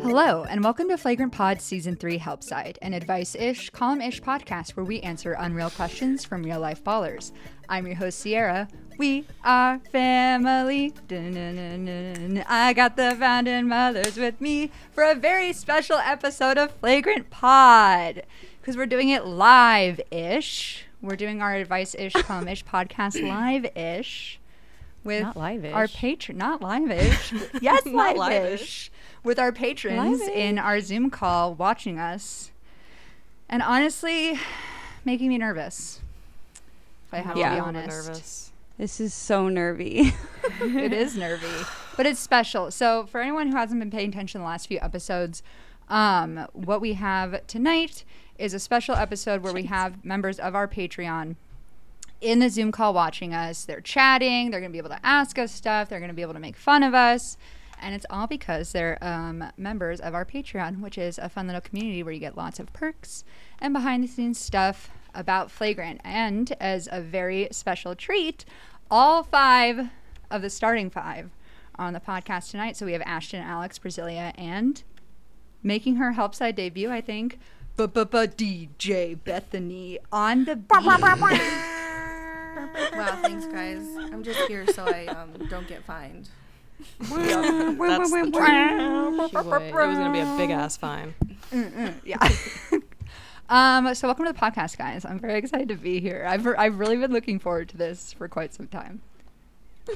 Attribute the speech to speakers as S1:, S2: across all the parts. S1: Hello, and welcome to Flagrant Pod Season 3 Helpside, an advice ish, column ish podcast where we answer unreal questions from real life ballers. I'm your host, Sierra. We are family. Dun-dun-dun-dun-dun. I got the founding mothers with me for a very special episode of Flagrant Pod because we're doing it live ish. We're doing our advice ish, column ish podcast live ish with
S2: Not live-ish.
S1: our patron, not live ish. yes, live
S2: Not
S1: ish.
S2: live-ish.
S1: With our patrons
S2: Live-ish.
S1: in our Zoom call watching us. And honestly, making me nervous. If I have
S2: Yeah.
S1: to be
S2: I'm
S1: honest.
S3: This is so nervy.
S1: it is nervy, but it's special. So for anyone who hasn't been paying attention the last few episodes, um, what we have tonight is a special episode where we have members of our Patreon in the Zoom call watching us. They're chatting. They're going to be able to ask us stuff. They're going to be able to make fun of us. And it's all because they're um, members of our Patreon, which is a fun little community where you get lots of perks and behind the scenes stuff about Flagrant. And as a very special treat, all five of the starting five are on the podcast tonight. So we have Ashton, Alex, Brasilia, and making her help side debut, I think. DJ Bethany on the beat.
S4: Wow, thanks guys. I'm just here so I um, don't get fined.
S2: That's the truth. She would. It was gonna be a big ass fine.
S1: yeah. um, so welcome to the podcast, guys. I'm very excited to be here. I've I've really been looking forward to this for quite some time.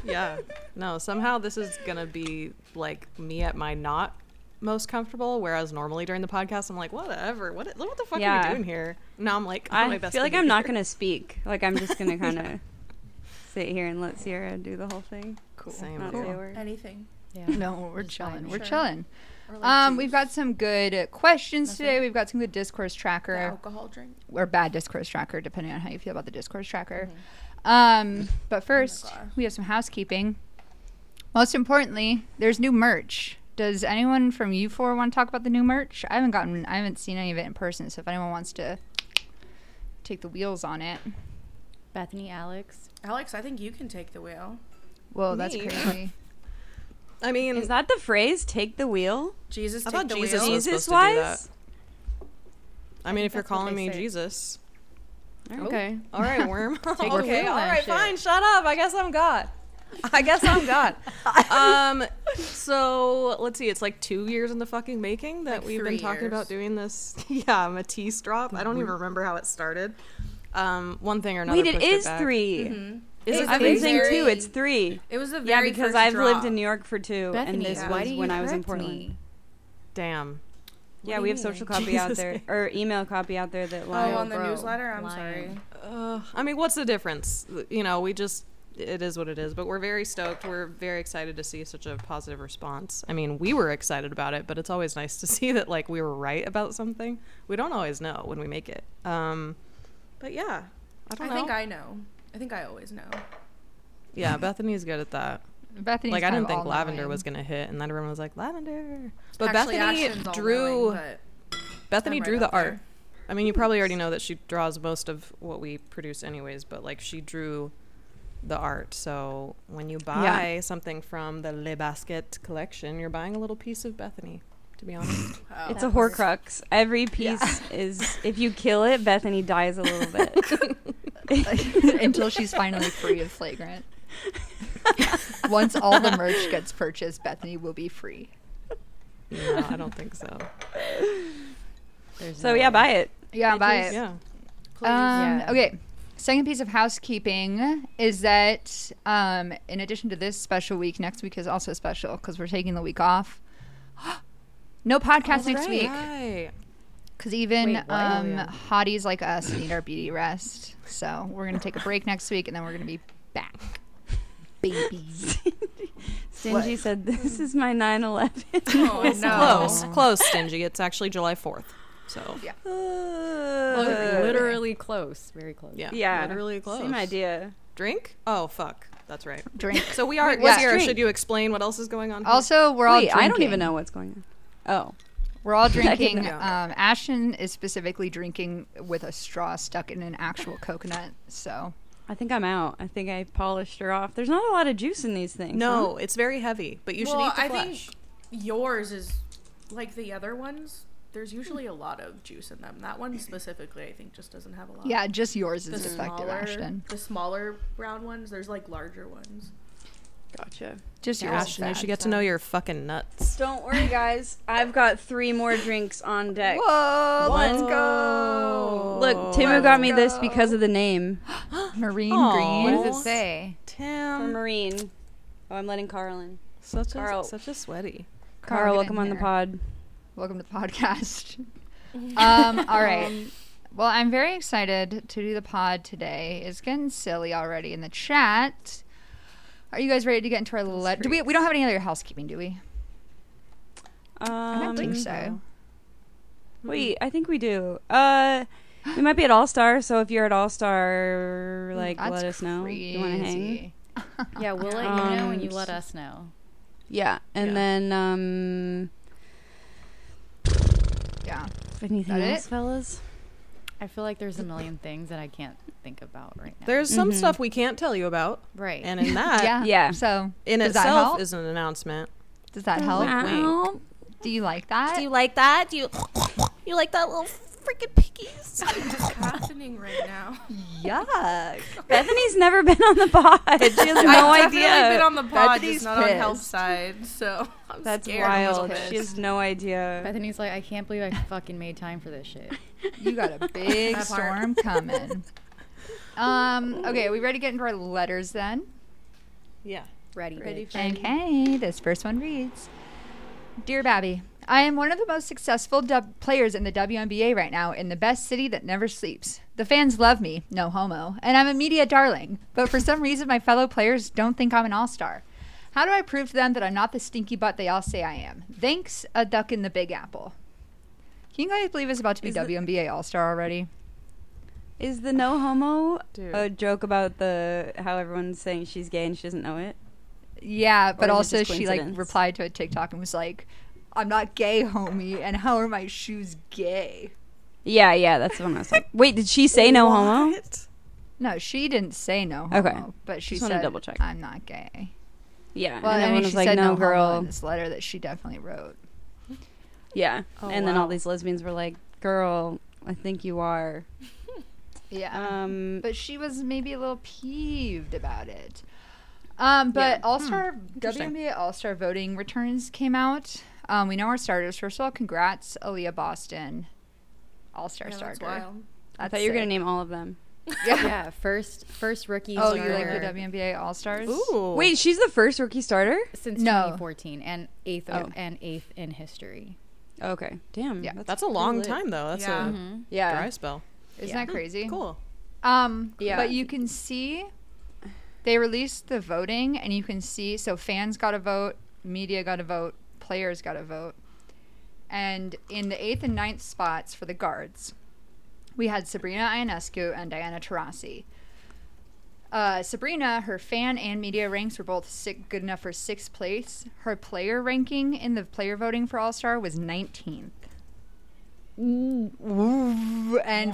S2: Yeah. No. Somehow this is gonna be like me at my not most comfortable. Whereas normally during the podcast I'm like whatever. What what the fuck are
S3: Yeah.
S2: we doing here? Now I'm like "Oh,
S3: I
S2: my best
S3: feel like
S2: behavior.
S3: I'm not going to speak. Like, I'm just going to kind of sit here and let Sierra do the whole thing.
S1: Cool.
S2: Same.
S3: Not
S2: Cool.
S3: say a word.
S4: Anything.
S1: No, we're
S4: It's fine,
S1: chilling. We're
S4: sure.
S1: chilling.
S4: Or, like,
S1: Um, we've
S4: juice,
S1: got some good questions
S4: Nothing.
S1: today. We've got some good discourse
S4: the
S1: tracker.
S4: alcohol drink.
S1: or bad discourse tracker, depending on how you feel about the discourse tracker.
S2: Mm-hmm.
S1: Um, but first,
S4: gosh.
S1: we have some housekeeping. Most importantly, there's new merch. Does anyone from you four want to talk about the new merch? I haven't gotten, I haven't seen any of it in person. So if anyone wants to take the wheels on it,
S5: Bethany Alex.
S4: Alex, I think you can take the wheel.
S1: whoa, that's
S2: Me?
S1: crazy.
S2: I mean,
S3: Is that the phrase? Take the wheel?
S4: Jesus,
S2: I
S4: take
S2: thought
S4: the
S2: Jesus
S4: wheel.
S2: was supposed
S3: Jesus
S2: to do that.
S3: wise?
S2: I mean,
S5: think
S2: if you're
S5: that's what
S2: calling
S5: they
S2: me
S5: say.
S2: Jesus. Oh.
S5: Okay.
S2: All right, worm. okay,
S5: the
S2: all
S5: wheel then,
S2: right,
S5: shit.
S2: fine. Shut up. I guess I'm God. I guess I'm God. um, so let's see. It's like two years in the fucking making that
S4: Like
S2: we've
S4: three
S2: been talking about
S4: years.
S2: doing this. yeah, Matisse drop. I don't even remember how it started. Um, one thing or another.
S3: Wait, it
S2: pushed
S3: is
S2: back.
S3: three.
S4: Mm-hmm.
S2: Is it
S3: I've
S2: three?
S3: been saying
S4: Very-
S3: two. It's three.
S4: It was the
S3: Yeah,
S4: very
S3: because
S4: first
S3: I've
S4: drop.
S3: lived in New York for two,
S5: Bethany,
S3: and this
S5: why
S3: was
S5: do you
S3: when I was in
S5: correct
S3: Portland.
S5: me?
S2: Damn.
S3: Yeah,
S4: do
S3: we
S4: you
S3: have social
S4: mean?
S3: copy out
S2: Jesus.
S3: there, or email copy out there that
S4: Oh,
S3: lies.
S4: on the
S5: bro.
S4: newsletter. I'm
S5: Lying.
S4: sorry.
S2: Uh, I mean, what's the difference? You know, we just, it is what it is, but we're very stoked. We're very excited to see such a positive response. I mean, we were excited about it, but it's always nice to see that, like, we were right about something. We don't always know when we make it. Um, but yeah, I
S4: I,
S2: don't know.
S4: think I know. I think I always know.
S2: yeah, Bethany's good at that.
S1: Bethany's
S2: like, I
S1: kind
S2: didn't
S1: of
S2: think
S1: all-knowing.
S2: Lavender was going to hit, and then everyone was like, Lavender. But
S4: Actually, Ashton's
S2: Bethany
S4: all
S2: drew,
S4: knowing, but
S2: Bethany
S4: I'm right
S2: drew the
S4: up there.
S2: art. I mean, you probably already know that she draws most of what we produce, anyways. But like, she drew the art. So when you buy something from the Le Basket collection, you're buying a little piece of Bethany. To be honest,
S4: wow.
S3: It's a Horcrux. Every piece is, if you kill it, Bethany dies a little bit.
S1: until she's finally free of flagrant. Once all the merch gets purchased, Bethany will be free.
S2: no, I don't think so.
S5: There's
S3: So
S5: no
S3: yeah,
S5: way.
S3: buy it.
S1: Yeah, buy it.
S2: Yeah,
S4: Please.
S1: Um,
S5: Yeah.
S1: Okay. Second piece of housekeeping is that um, in addition to this special week, next week is also special because we're taking the week off. no podcast next week
S2: Right.
S1: because even
S5: Wait, what? Oh,
S1: um,
S2: yeah.
S1: hotties like us need our beauty rest. So we're gonna take a break next week and then we're gonna be back, babies.
S3: Stingy said, "This is my 9/11."
S4: Oh, no.
S2: Close, close, stingy. It's actually July fourth. So
S1: Yeah.
S5: Li-
S3: Uh,
S5: literally close. Very close.
S2: yeah,
S3: yeah,
S2: literally close.
S3: Same idea.
S2: Drink? Oh fuck, that's right.
S1: Drink.
S2: So we are.
S1: Yeah.
S2: Sierra,
S3: Drink.
S2: should you explain what else is going on? here?
S1: Also, we're all.
S3: Wait, I don't
S1: drinking.
S3: even know what's going on. Oh,
S1: We're all
S3: didn't
S1: drinking.
S2: know.
S1: Um, Ashton is specifically drinking with a straw stuck in an actual coconut. So
S3: I think I'm out. I think I polished her off. There's not a lot of juice in these things.
S2: No, it's very heavy, but you
S4: well,
S2: should eat the
S4: I
S2: flesh.
S4: think yours is like the other ones, there's usually a lot of juice in them. That one specifically, I think, just doesn't have a lot.
S1: Yeah, just yours
S4: the
S1: is effective,
S4: smaller,
S1: Ashton.
S4: the smaller brown ones. There's like larger ones.
S3: Gotcha.
S1: Just yours. is
S2: Ashton, you
S1: bad.
S2: should get to know your fucking nuts.
S3: Don't worry, guys. I've got three more drinks on deck.
S5: Uh,
S1: Whoa, let's
S3: One.
S1: go.
S3: Look, Timu
S1: Let's
S3: got me this
S1: go.
S3: because of the name.
S1: Marine
S2: Aw.
S1: green.
S2: What does it
S1: say?
S3: For
S2: Tim,
S3: Marine. Oh, I'm letting Carl in.
S2: such a
S3: Carl.
S2: such a sweaty.
S3: Carl,
S1: get
S3: welcome
S1: in
S3: on the
S1: here.
S3: pod.
S1: Welcome to the podcast. um, all right. Well, I'm very excited to do the pod today. It's getting silly already in the chat. Are you guys ready to get into our let? Do we? We don't have any other housekeeping, do we?
S3: Um,
S1: I don't think so.
S3: Wait, I think we do. Uh, we might be at All Star, so if you're at All Star, like,
S1: That's
S3: let us know. You want to hang?
S1: crazy.
S5: Yeah, we'll let you know when you
S3: Um,
S5: let us know.
S3: Yeah, and
S2: Yeah.
S3: then um,
S1: Yeah.
S3: anything
S1: That it?
S3: else, fellas?
S5: I feel like there's a million things that I can't think about right now.
S2: There's some
S3: Mhm.
S2: stuff we can't tell you about,
S5: right.
S2: and in that,
S1: yeah.
S3: yeah.
S1: So
S2: in
S1: Does that
S2: itself
S1: help?
S2: is an announcement.
S1: does that help?
S2: Wow.
S1: Do you like that?
S2: like that? Do you you like that little freaking piggies?
S4: It's happening right now.
S1: Yuck.
S3: Bethany's never been on the pod. She has no
S4: I've definitely
S3: idea.
S4: been on the pod,
S1: Bethany's
S4: just not on health
S1: pissed.
S4: side. So I'm
S3: That's
S4: scared. I'm a little
S3: wild.
S4: pissed.
S3: She has no idea.
S5: Bethany's like, I can't believe I fucking made time for this shit.
S1: You got a big
S4: That part.
S1: storm coming. Um, okay, are we ready to get into our letters then?
S2: Yeah.
S5: Ready, bitch.
S1: Okay, this first one reads Dear Babby, I am one of the most successful dub- players in the WNBA right now in the best city that never sleeps. The fans love me, no homo, and I'm a media darling, but for some reason my fellow players don't think I'm an all star. How do I prove to them that I'm not the stinky butt they all say I am? Thanks, a duck in the big apple. Can you guys believe it's about to be
S3: Is it-
S1: WNBA All Star already?
S3: Is the no homo
S2: Dude.
S3: a joke about the how everyone's saying she's gay and she doesn't know it?
S1: Yeah, but
S3: is it
S1: also
S3: just
S1: she like
S3: coincidence?
S1: replied to a TikTok and was like, "I'm not gay, homie, and how are my shoes gay?"
S3: Yeah, yeah, that's what I was like. Wait, did she say no homo?
S2: What?
S1: No, she didn't say no homo,
S3: Okay.
S1: but she
S3: Just wanna
S1: said,
S3: double check.
S1: "I'm not gay."
S3: Yeah,
S1: Well,
S3: and
S1: I
S3: everyone
S1: mean,
S3: was
S1: she
S3: like,
S1: said
S3: "No,
S1: no girl
S3: girl."
S1: in this letter that she definitely wrote.
S3: Yeah,
S2: Oh,
S3: and then
S2: wow.
S3: all these lesbians were like, "Girl, I think you are."
S1: Yeah,
S3: Um,
S1: but she was maybe a little peeved about it. Um, but
S3: Hmm.
S1: All Star
S2: Interesting.
S1: WNBA All Star voting returns came out. Um, we know our starters. First of all, congrats, Aaliyah Boston, All Star
S4: Yeah,
S1: starter.
S4: that's wild.
S3: I
S1: That's
S3: thought you were gonna
S1: sick.
S3: name all of them.
S5: Yeah, first first rookie
S1: Oh, you
S5: starter
S1: like the WNBA All Stars?
S2: Ooh.
S3: Wait, she's the first rookie starter.
S5: since
S1: No.
S5: 2014 and eighth
S3: Oh.
S5: and eighth in history.
S3: Okay, damn.
S1: Yeah,
S2: that's a long
S3: pretty lit.
S2: time though. That's
S4: Yeah.
S2: a
S3: Mm-hmm.
S1: Uh,
S3: Yeah,
S2: dry spell.
S1: Isn't
S5: Yeah.
S1: that crazy?
S2: Cool.
S1: Um,
S3: Yeah.
S1: But you can see they released the voting, and you can see so fans got a vote, media got a vote, players got a vote, and in the eighth and ninth spots for the guards, we had Sabrina Ionescu and Diana Taurasi. Uh, Sabrina, her fan and media ranks were both si good enough for sixth place. Her player ranking in the player voting for All Star was 19th. And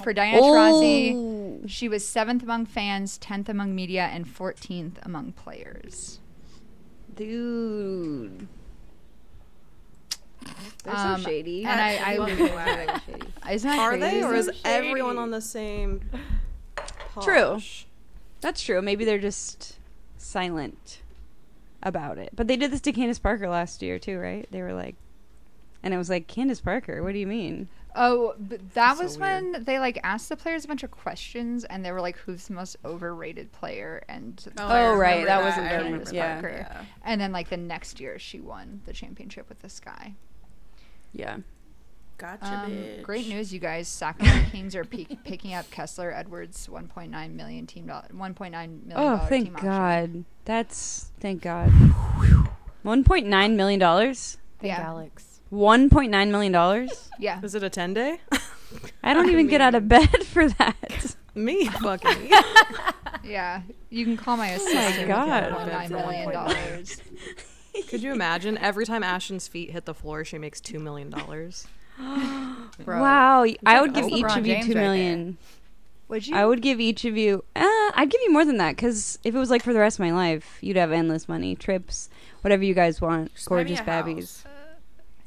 S1: for Diana Taurasi, she was seventh among fans, tenth among media, and fourteenth among players.
S3: dude. They're
S1: Um,
S3: so shady.
S1: And I,
S4: Wow.
S1: I isn't that
S2: Are
S1: crazy?
S2: they or is
S4: So shady.
S2: everyone on the same
S3: True.
S2: posh?
S3: That's true. Maybe they're just silent about it. But they did this to Candace Parker last year too, right? They were like, and it was like, Candace Parker, what do you mean?
S1: oh, but that
S2: That's so
S1: was when they like asked the players a bunch of questions, and they were like, "Who's the most overrated player?" And
S4: Oh,
S3: Oh,
S4: I remember
S3: right, that
S4: that
S3: wasn't
S4: I
S3: their
S4: remember
S3: number.
S4: that,
S3: Yeah.
S4: yeah.
S1: and then like the next year, she won the championship with this guy.
S3: Yeah.
S4: Gotcha,
S1: Um,
S4: bitch.
S1: great news, you guys! Sacramento Kings are pe- picking up Kessler Edwards' 1.9 million team dollar, 1.9 million.
S3: Oh,
S1: dollar
S3: thank
S1: team option.
S3: God. That's thank God. One point nine million dollars.
S5: Thank
S1: Yeah.
S5: Alex.
S3: One point nine million dollars.
S1: Yeah,
S2: Is it a ten day?
S3: I don't even get out of bed for that.
S2: Me fucking.
S1: yeah. You can call my assistant.
S3: God.
S1: with your $1.9 million dollars.
S2: Could you imagine every time Ashton's feet hit the floor, she makes two million dollars?
S1: Bro.
S3: Wow, y- I would
S5: that's
S3: give each
S5: LeBron
S3: of you
S5: James
S3: two
S5: right there.
S3: million.
S1: Would you?
S3: I would give each of you. Uh, I'd give you more than that because if it was like for the rest of my life, you'd have endless money, trips, whatever you guys want.
S4: Just buy me
S3: Gorgeous
S4: a house.
S3: babbies.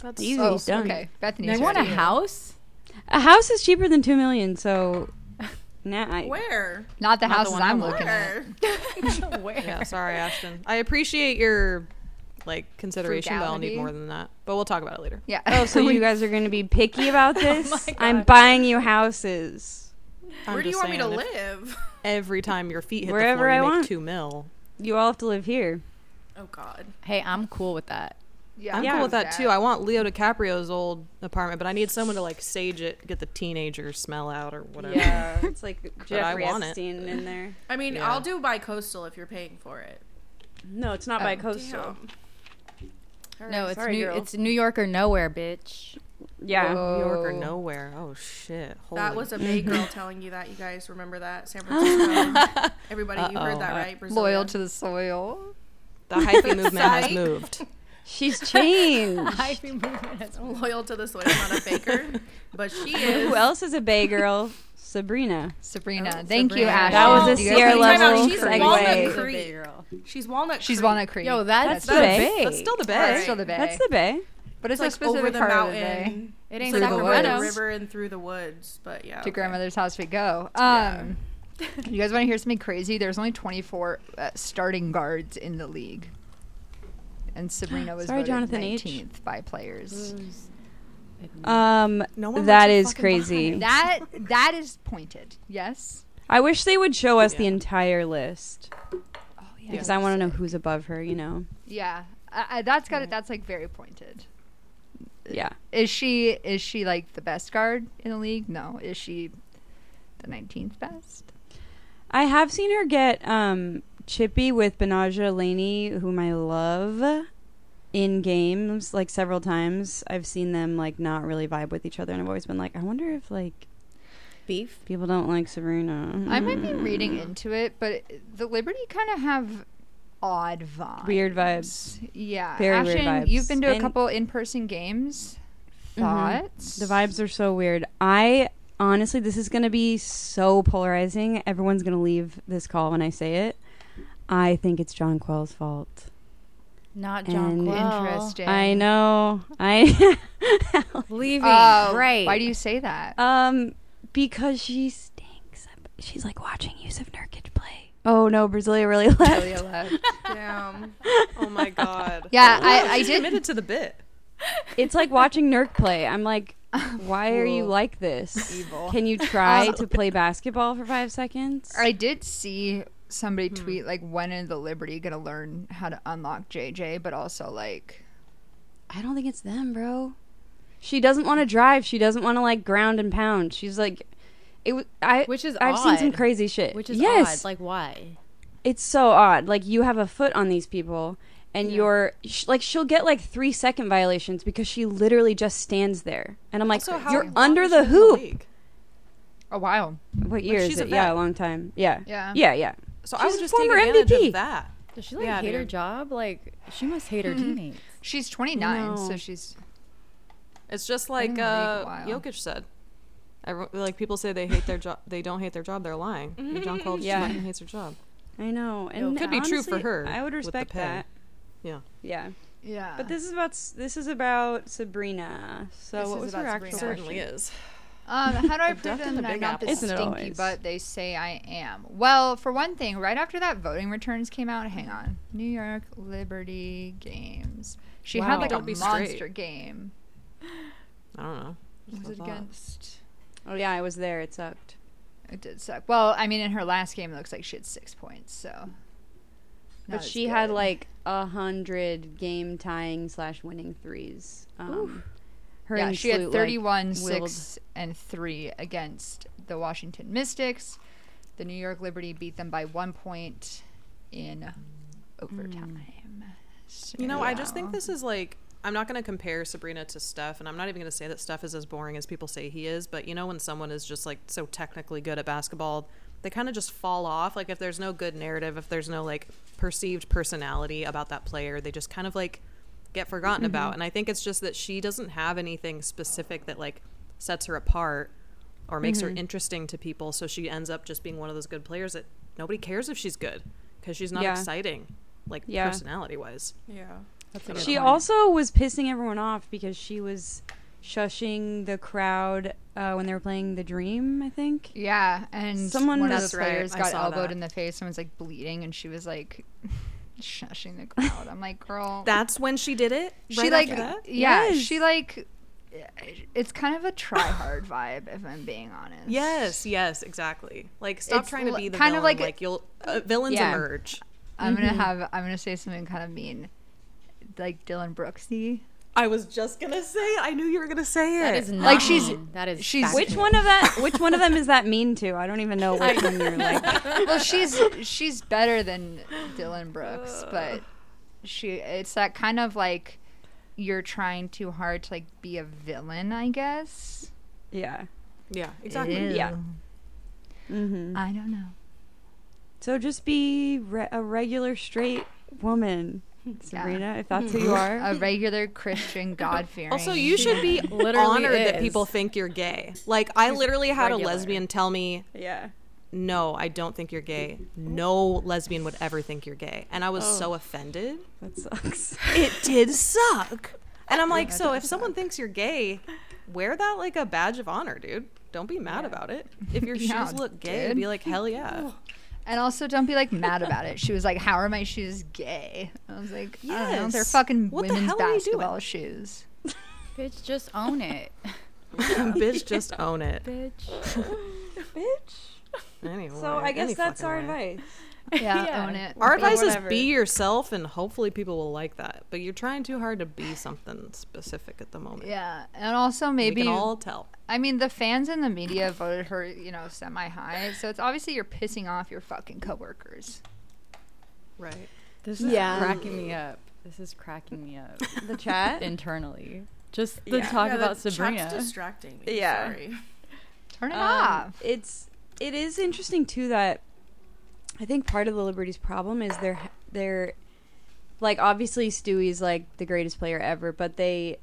S2: That's
S3: Easy.
S1: Oh,
S3: he's done.
S1: okay. Bethany,
S5: They want a house?
S3: A house is cheaper than two million, so nah. I,
S4: Where?
S1: Not the
S2: Not the
S1: houses
S2: one I
S1: I'm
S2: want.
S1: looking at.
S4: Where?
S5: Where?
S2: Yeah, sorry, Ashton. I appreciate your like consideration, but I'll
S1: Frugality.
S2: need more than that. But we'll talk about it later.
S1: Yeah.
S3: oh, so you guys are going to be picky about this?
S5: my
S3: I'm
S5: God.
S3: buying you houses.
S2: I'm
S4: Where do you
S2: just
S4: want me to
S2: saying, if
S4: live?
S2: Every time your feet hit
S3: Wherever
S2: the floor,
S3: I
S2: you make
S3: want.
S2: two mil.
S3: You all have to live here.
S4: Oh God.
S5: Hey, I'm cool with that.
S1: yeah,
S2: I'm
S3: Yeah.
S2: cool with that too. I want Leo DiCaprio's old apartment, but I need someone to like sage it, get the teenager smell out or whatever.
S3: Yeah, it's like Jeffrey
S2: want it.
S3: Epstein in there.
S4: I mean,
S2: Yeah.
S4: I'll do bi-coastal if you're paying for it.
S3: No, it's not
S1: Oh,
S3: by coastal.
S4: All
S5: No,
S4: right.
S5: it's
S3: sorry,
S5: New,
S3: girl.
S5: it's New York or nowhere, bitch.
S3: Yeah.
S2: New York or
S1: Whoa.
S2: nowhere. Oh shit. Holy.
S4: That was a Bay
S1: Mm-hmm.
S4: girl telling you that. You guys remember that? San Francisco. Everybody, you heard that
S2: Uh-oh.
S4: right? Brazil.
S1: Loyal to the soil.
S2: the hyphy movement has
S4: Sorry.
S2: moved.
S3: She's changed.
S5: I be moving as well.
S4: loyal to the soil, not a baker, but she is.
S3: Who else is a bay girl? Sabrina.
S1: Sabrina.
S4: Oh,
S1: Thank you,
S4: Sabrina.
S1: Ash.
S4: That was a
S3: Sierra level
S1: She's,
S4: She's
S3: segue.
S4: Walnut
S3: She's
S5: a
S4: Creek.
S5: Bay girl.
S4: She's Walnut.
S1: She's
S4: Creek.
S1: Walnut Creek.
S5: Yo, that's,
S3: That's,
S5: the
S3: the bay.
S2: That's still the
S1: That's
S2: best.
S1: still the bay.
S3: That's the bay.
S1: but it's,
S4: It's like
S1: a specific
S4: over the
S1: part
S4: mountain.
S1: of the bay.
S5: It ain't
S1: Through the
S5: Sacramento.
S1: woods.
S4: river and through the woods, but yeah.
S1: to
S4: okay.
S1: grandmother's house we go.
S4: Yeah.
S1: Um, you guys want to hear something crazy? There's only 24 uh, starting guards in the league, and Sabrina was
S3: Sorry,
S1: voted
S3: Jonathan H.
S1: 19th by players.
S2: Mm.
S3: Um,
S2: No one
S3: that
S2: lets you
S3: is
S2: fucking
S3: crazy.
S1: That that is pointed. Yes.
S3: I wish they would show us the
S2: Yeah.
S3: entire list
S1: Oh yeah.
S3: because I want to know who's above her. You know.
S1: Yeah, I, I, that's got it. That's like very pointed.
S3: Yeah.
S1: Is she is she like the best guard in the league? No. Is she the 19th best?
S3: I have seen her get um chippy with Benaja Laney, whom I love, in games like several times. I've seen them like not really vibe with each other, and I've always been like, I wonder if like
S5: Beef.
S3: people don't like Sabrina.
S1: I might be
S3: Mm.
S1: reading into it, but the Liberty kind of have odd vibes.
S3: Weird vibes.
S1: Yeah.
S3: Very weird
S1: Ashton, you've
S3: vibes.
S1: been to a
S3: And-
S1: couple in-person games.
S3: Mhm.
S1: Thoughts?
S3: The vibes are so weird. I honestly, this is going to be so polarizing. Everyone's going to leave this call when I say it. I think it's John Quell's fault.
S5: Not John
S3: And-
S5: Quell.
S1: interesting.
S3: I know. I
S5: Leaving.
S1: Oh,
S5: right.
S1: Why do you say that?
S3: um because she stinks. She's like watching Yusuf Nurkic play. Oh no, Brasilia really left.
S1: Julia left.
S4: Damn.
S2: Oh my god.
S1: Yeah, I, I
S2: She's
S1: did.
S2: committed to the bit.
S3: It's like watching Nurk play. I'm like, why are you
S1: Cool.
S3: like this?
S1: Evil.
S3: Can you try to play basketball for five seconds?
S1: I did see somebody
S3: Hmm.
S1: tweet like, "When is the Liberty gonna learn how to unlock JJ?" But also like,
S3: I don't think it's them, bro. She doesn't want to drive. She doesn't want to like ground and pound. She's like, it was. I
S5: Which is
S3: I've seen some
S5: odd.
S3: crazy shit.
S5: Which is
S3: yes,
S5: odd. Like why?
S3: it's so odd. Like you have a foot on these people, and
S5: Yeah.
S3: you're sh- like she'll get like three second violations because she literally just stands there. And I'm like,
S2: Also, how
S3: you're
S2: long
S3: under
S2: has
S3: the
S2: she been in
S3: hoop.
S2: league?
S1: "Oh wow,
S3: what year
S2: she's
S3: is
S2: a
S3: it? Yeah,
S2: vet.
S3: a long time. Yeah,
S1: Yeah.
S3: yeah, yeah.
S2: So I
S3: She's
S2: was
S3: a
S2: just taking
S3: former
S2: advantage
S3: MVP.
S2: of that.
S5: Does she like
S2: Yeah,
S5: hate her
S2: dude.
S5: job? Like she must hate her
S3: Hmm.
S5: teammates.
S1: she's 29, so
S3: No.
S1: she's
S2: It's just like
S1: in the league a
S2: uh,
S1: while.
S2: Jokic said. Everyone, like people say they hate their job. They don't hate their job. They're lying. And John Quell just
S3: Yeah.
S2: fucking hates her job.
S3: I know. And
S2: could be true for
S3: honestly,
S2: her
S3: I would
S2: with the
S3: respect
S2: pay.
S3: that.
S2: Yeah.
S3: Yeah,
S1: yeah."
S3: but this is about s- this is about Sabrina. So
S1: This
S3: what
S1: is
S3: was
S1: about
S3: her
S1: Sabrina.
S3: actual
S1: Certainly
S3: question?
S2: is.
S1: Um, how do I
S2: The
S1: prove
S2: duck and
S1: them
S2: the
S1: that I'm
S2: Big
S1: not
S2: Apple.
S1: the
S3: Isn't it
S1: stinky
S3: always?
S1: butt they say I am? Well, for one thing, right after that voting returns came out, hang on, New York Liberty Games. She had
S5: Wow.
S1: like
S2: Don't
S1: a
S2: be straight.
S1: monster game.
S2: I don't know.
S1: Was it
S2: thought.
S1: against?
S3: Oh yeah, I was there. It sucked.
S1: It did suck. Well, I mean, in her last game, it looks like she had six points. So, not
S3: but
S1: as
S3: she had
S1: good.
S3: like a hundred game tying slash winning threes. Um, her
S1: yeah,
S3: and
S1: she had
S3: Sloot, like,
S1: 31,
S3: willed-
S1: 6, and 3 against the Washington Mystics. The New York Liberty beat them by one point in overtime. So,
S2: You know, I just think this is like I'm not going to compare Sabrina to Steph, and I'm not even going to say that Steph is as boring as people say he is. But you know, when someone is just like so technically good at basketball, they kind of just fall off. Like if there's no good narrative, if there's no like perceived personality about that player, they just kind of like get forgotten
S3: Mm-hmm.
S2: about. And I think it's just that she doesn't have anything specific that like sets her apart or makes
S3: Mm-hmm.
S2: her interesting to people. So she ends up just being one of those good players that nobody cares if she's good because she's not
S3: Yeah.
S2: exciting, like
S3: Yeah.
S2: personality wise.
S4: Yeah.
S5: That's a good
S3: She
S5: point.
S3: also was pissing everyone off because she was shushing the crowd uh, when they were playing The Dream, I think.
S1: Yeah, and
S3: Someone
S1: one of
S2: was-
S1: the
S2: That's right,
S1: players
S2: I
S1: got
S2: saw
S1: elbowed
S2: that.
S1: in the face and was like bleeding, and she was like shushing the crowd. I'm like, girl,
S2: That's when she did it.
S1: she
S2: Right
S1: like,
S2: after that?
S1: yeah,
S3: Yes.
S1: she like, it's kind of a try hard vibe, if I'm being honest.
S2: Yes, yes, exactly. Like stop
S1: It's
S2: trying to
S1: li-
S2: be the
S1: kind
S2: villain.
S1: of
S2: like,
S1: like a-
S2: you'll uh, villains
S1: Yeah.
S2: emerge.
S1: I'm gonna have, I'm gonna say something kind of mean, like Dylan Brooksy.
S2: I was just gonna say. I knew you were gonna say it.
S5: That is not
S1: Like, she's-
S5: mean. that is
S1: she's-
S5: fascinating.
S3: Which one of that? Which one of them is that mean to? I don't even know which one you're like.
S1: well, she's she's better than Dylan Brooks, but she it's that kind of like you're trying too hard to like be a villain, I guess.
S3: Yeah.
S2: yeah, exactly.
S3: Yeah.
S1: Ew.
S3: hmm
S1: I don't know.
S3: So just be re- a regular straight woman, Sabrina, if that's who you are.
S1: A regular Christian, God fearing.
S2: Also, you should be
S5: Literally
S2: honored that
S5: is.
S2: people think you're gay. Like I literally had
S5: regular.
S2: a lesbian tell me,
S3: Yeah.
S2: "No, I don't think you're gay. No lesbian would ever think you're gay," and I was so offended.
S3: Oh. That sucks.
S2: It did suck. And I'm like, so if someone thinks you're gay, wear that like a badge of honor, dude. Don't be mad about it. If your
S1: Yeah,
S2: shoes look gay,
S1: dude.
S2: be like, hell yeah.
S1: and also don't be like mad about it. She was like, "How are my shoes gay?" I was like, "I don't know. They're
S2: Yes.
S1: fucking
S2: What the
S1: women's
S2: hell are you doing?
S1: basketball shoes."
S5: Bitch, just own it.
S2: Bitch, just own it.
S5: Bitch.
S3: Bitch.
S2: Anyway,
S3: So I
S2: any
S3: guess that's
S2: fucking
S3: our
S2: way.
S3: advice.
S1: Yeah,
S5: Yeah.
S1: own it.
S2: Our
S3: Or
S2: advice is
S3: whatever.
S2: be yourself, and hopefully people will like that. But you're trying too hard to be something specific at the moment.
S1: yeah, and also
S2: Maybe
S1: maybe
S2: we can all tell.
S1: I mean, the fans and the media voted her, you know, semi high. So it's obviously you're pissing off your fucking coworkers.
S2: Right.
S5: This is
S3: Yeah.
S5: cracking me up. This is cracking me up
S3: The chat.
S5: internally. Just the
S3: Yeah.
S5: talk
S4: Yeah,
S5: about
S4: the chat's
S5: Sabrina.
S4: distracting me.
S3: Yeah.
S4: Sorry.
S1: Turn it
S3: Um,
S1: off.
S3: It's it is interesting too that I think part of the Liberty's problem is they're they're like obviously Stewie's like the greatest player ever, but they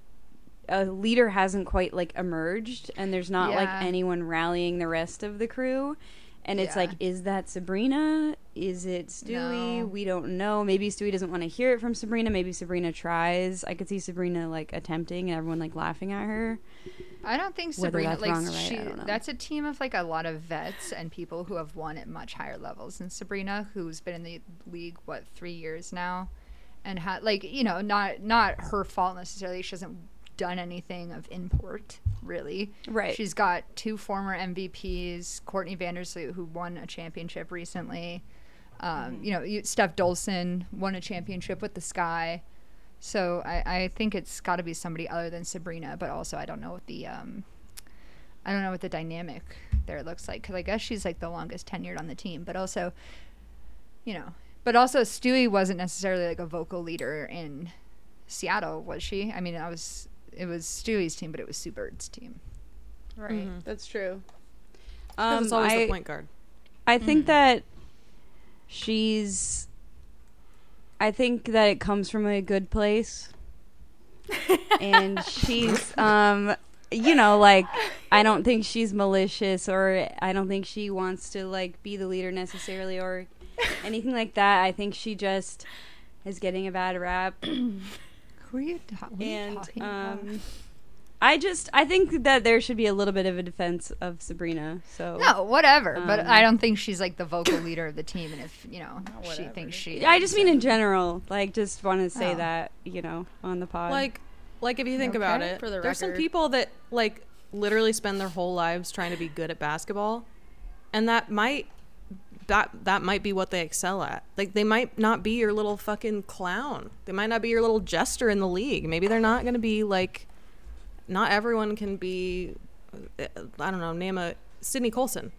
S3: a leader hasn't quite like emerged and there's not
S1: Yeah.
S3: like anyone rallying the rest of the crew. And it's
S1: Yeah.
S3: like, is that Sabrina? Is it Stewie?
S1: No.
S3: We don't know. Maybe Stewie doesn't want to hear it from Sabrina. Maybe Sabrina tries. I could see Sabrina like attempting and everyone like laughing at her.
S1: I don't think
S3: whether
S1: Sabrina
S3: that's
S1: like
S3: wrong or right,
S1: she.
S3: I don't know.
S1: That's a team of like a lot of vets and people who have won at much higher levels than Sabrina, who's been in the league what three years now, and had like you know not not her fault necessarily. She hasn't done anything of import really.
S3: Right.
S1: She's got two former MVPs, Courtney Vandersloot, who won a championship recently. Um, You know, you, Steph Dolson won a championship with the Sky. So I, I think it's got to be somebody other than Sabrina, but also I don't know what the um, I don't know what the dynamic there looks like because I guess she's like the longest tenured on the team, but also, you know, but also Stewie wasn't necessarily like a vocal leader in Seattle, was she? I mean, I was it was Stewie's team, but it was Sue Bird's team.
S3: Right. That's true.
S2: 'Cause
S3: Um,
S2: Mm-hmm. it's always
S3: I,
S2: the point guard.
S3: I
S1: Mm.
S3: think that she's. I think that it comes from a good place, and she's, um, you know, like I don't think she's malicious, or I don't think she wants to like be the leader necessarily, or anything like that. I think she just is getting a bad rap
S1: Who are you, ta- what are you
S3: and
S1: talking about?
S3: um I just I think that there should be a little bit of a defense of Sabrina. So
S1: No, whatever. but
S3: um,
S1: I don't think she's like the vocal leader of the team, and if you know she
S5: whatever.
S1: thinks she,
S3: I just mean in general, like just want to say
S1: Oh.
S3: that, you know, on the pod.
S2: Like, like if you think about
S5: Okay.
S2: it,
S5: For the
S2: there's some
S5: record.
S2: people that like literally spend their whole lives trying to be good at basketball, and that might that that might be what they excel at. Like they might not be your little fucking clown. They might not be your little jester in the league. Maybe they're not going to be like. Not everyone can be. uh, I don't know. Name a Sydney Colson.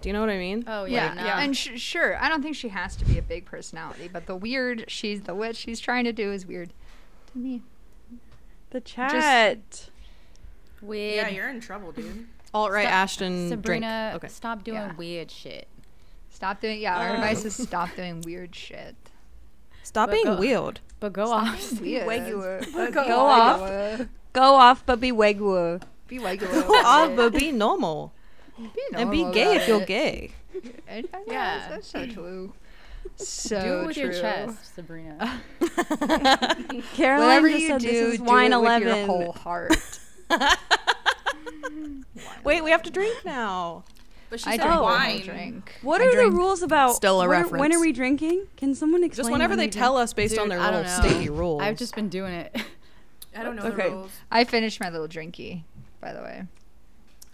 S2: Do you know what I mean?
S5: Oh yeah,
S1: yeah,
S5: no.
S1: and sh- sure, I don't think she has to be a big personality, but the weird, she's the what she's trying to do is weird to me.
S3: the chat.
S5: weird.
S4: Yeah, you're in trouble, dude.
S2: All right,
S5: Stop-
S2: Ashton.
S5: Sabrina,
S2: Drink. Okay.
S5: stop doing
S1: Yeah.
S5: weird shit.
S1: Stop doing. Yeah, our advice is stop doing weird shit.
S2: Stop
S5: But
S2: being
S5: go-
S2: weird.
S5: But go off.
S1: Weird.
S3: Go, off. Go off but be wegu.
S1: Be like
S2: Go off, but be normal. and be gay if you're gay.
S1: And,
S5: Yeah.
S1: yeah, that's so true. So
S5: do it with
S1: true.
S5: your chest, Sabrina.
S3: Caroline
S1: Whatever
S3: just
S1: you
S3: said
S1: do,
S3: this is
S1: do
S3: wine
S1: it
S3: eleven.
S1: with your whole heart.
S2: Wait, we have to drink now.
S4: But she
S1: I
S4: said
S1: drink
S4: wine.
S1: wine. Drink.
S3: What
S1: I
S3: are
S1: drink.
S3: the rules about
S2: Still a
S3: what are- when
S2: reference.
S3: are we drinking? Can someone explain?
S2: Just whenever
S3: when
S2: they
S3: we
S2: tell us based
S5: Dude,
S2: on their
S5: I don't
S2: little
S5: know.
S2: statey rules.
S5: I've just been doing it.
S4: I don't know
S3: Okay.
S4: the rules.
S1: I finished my little drinky, by the way.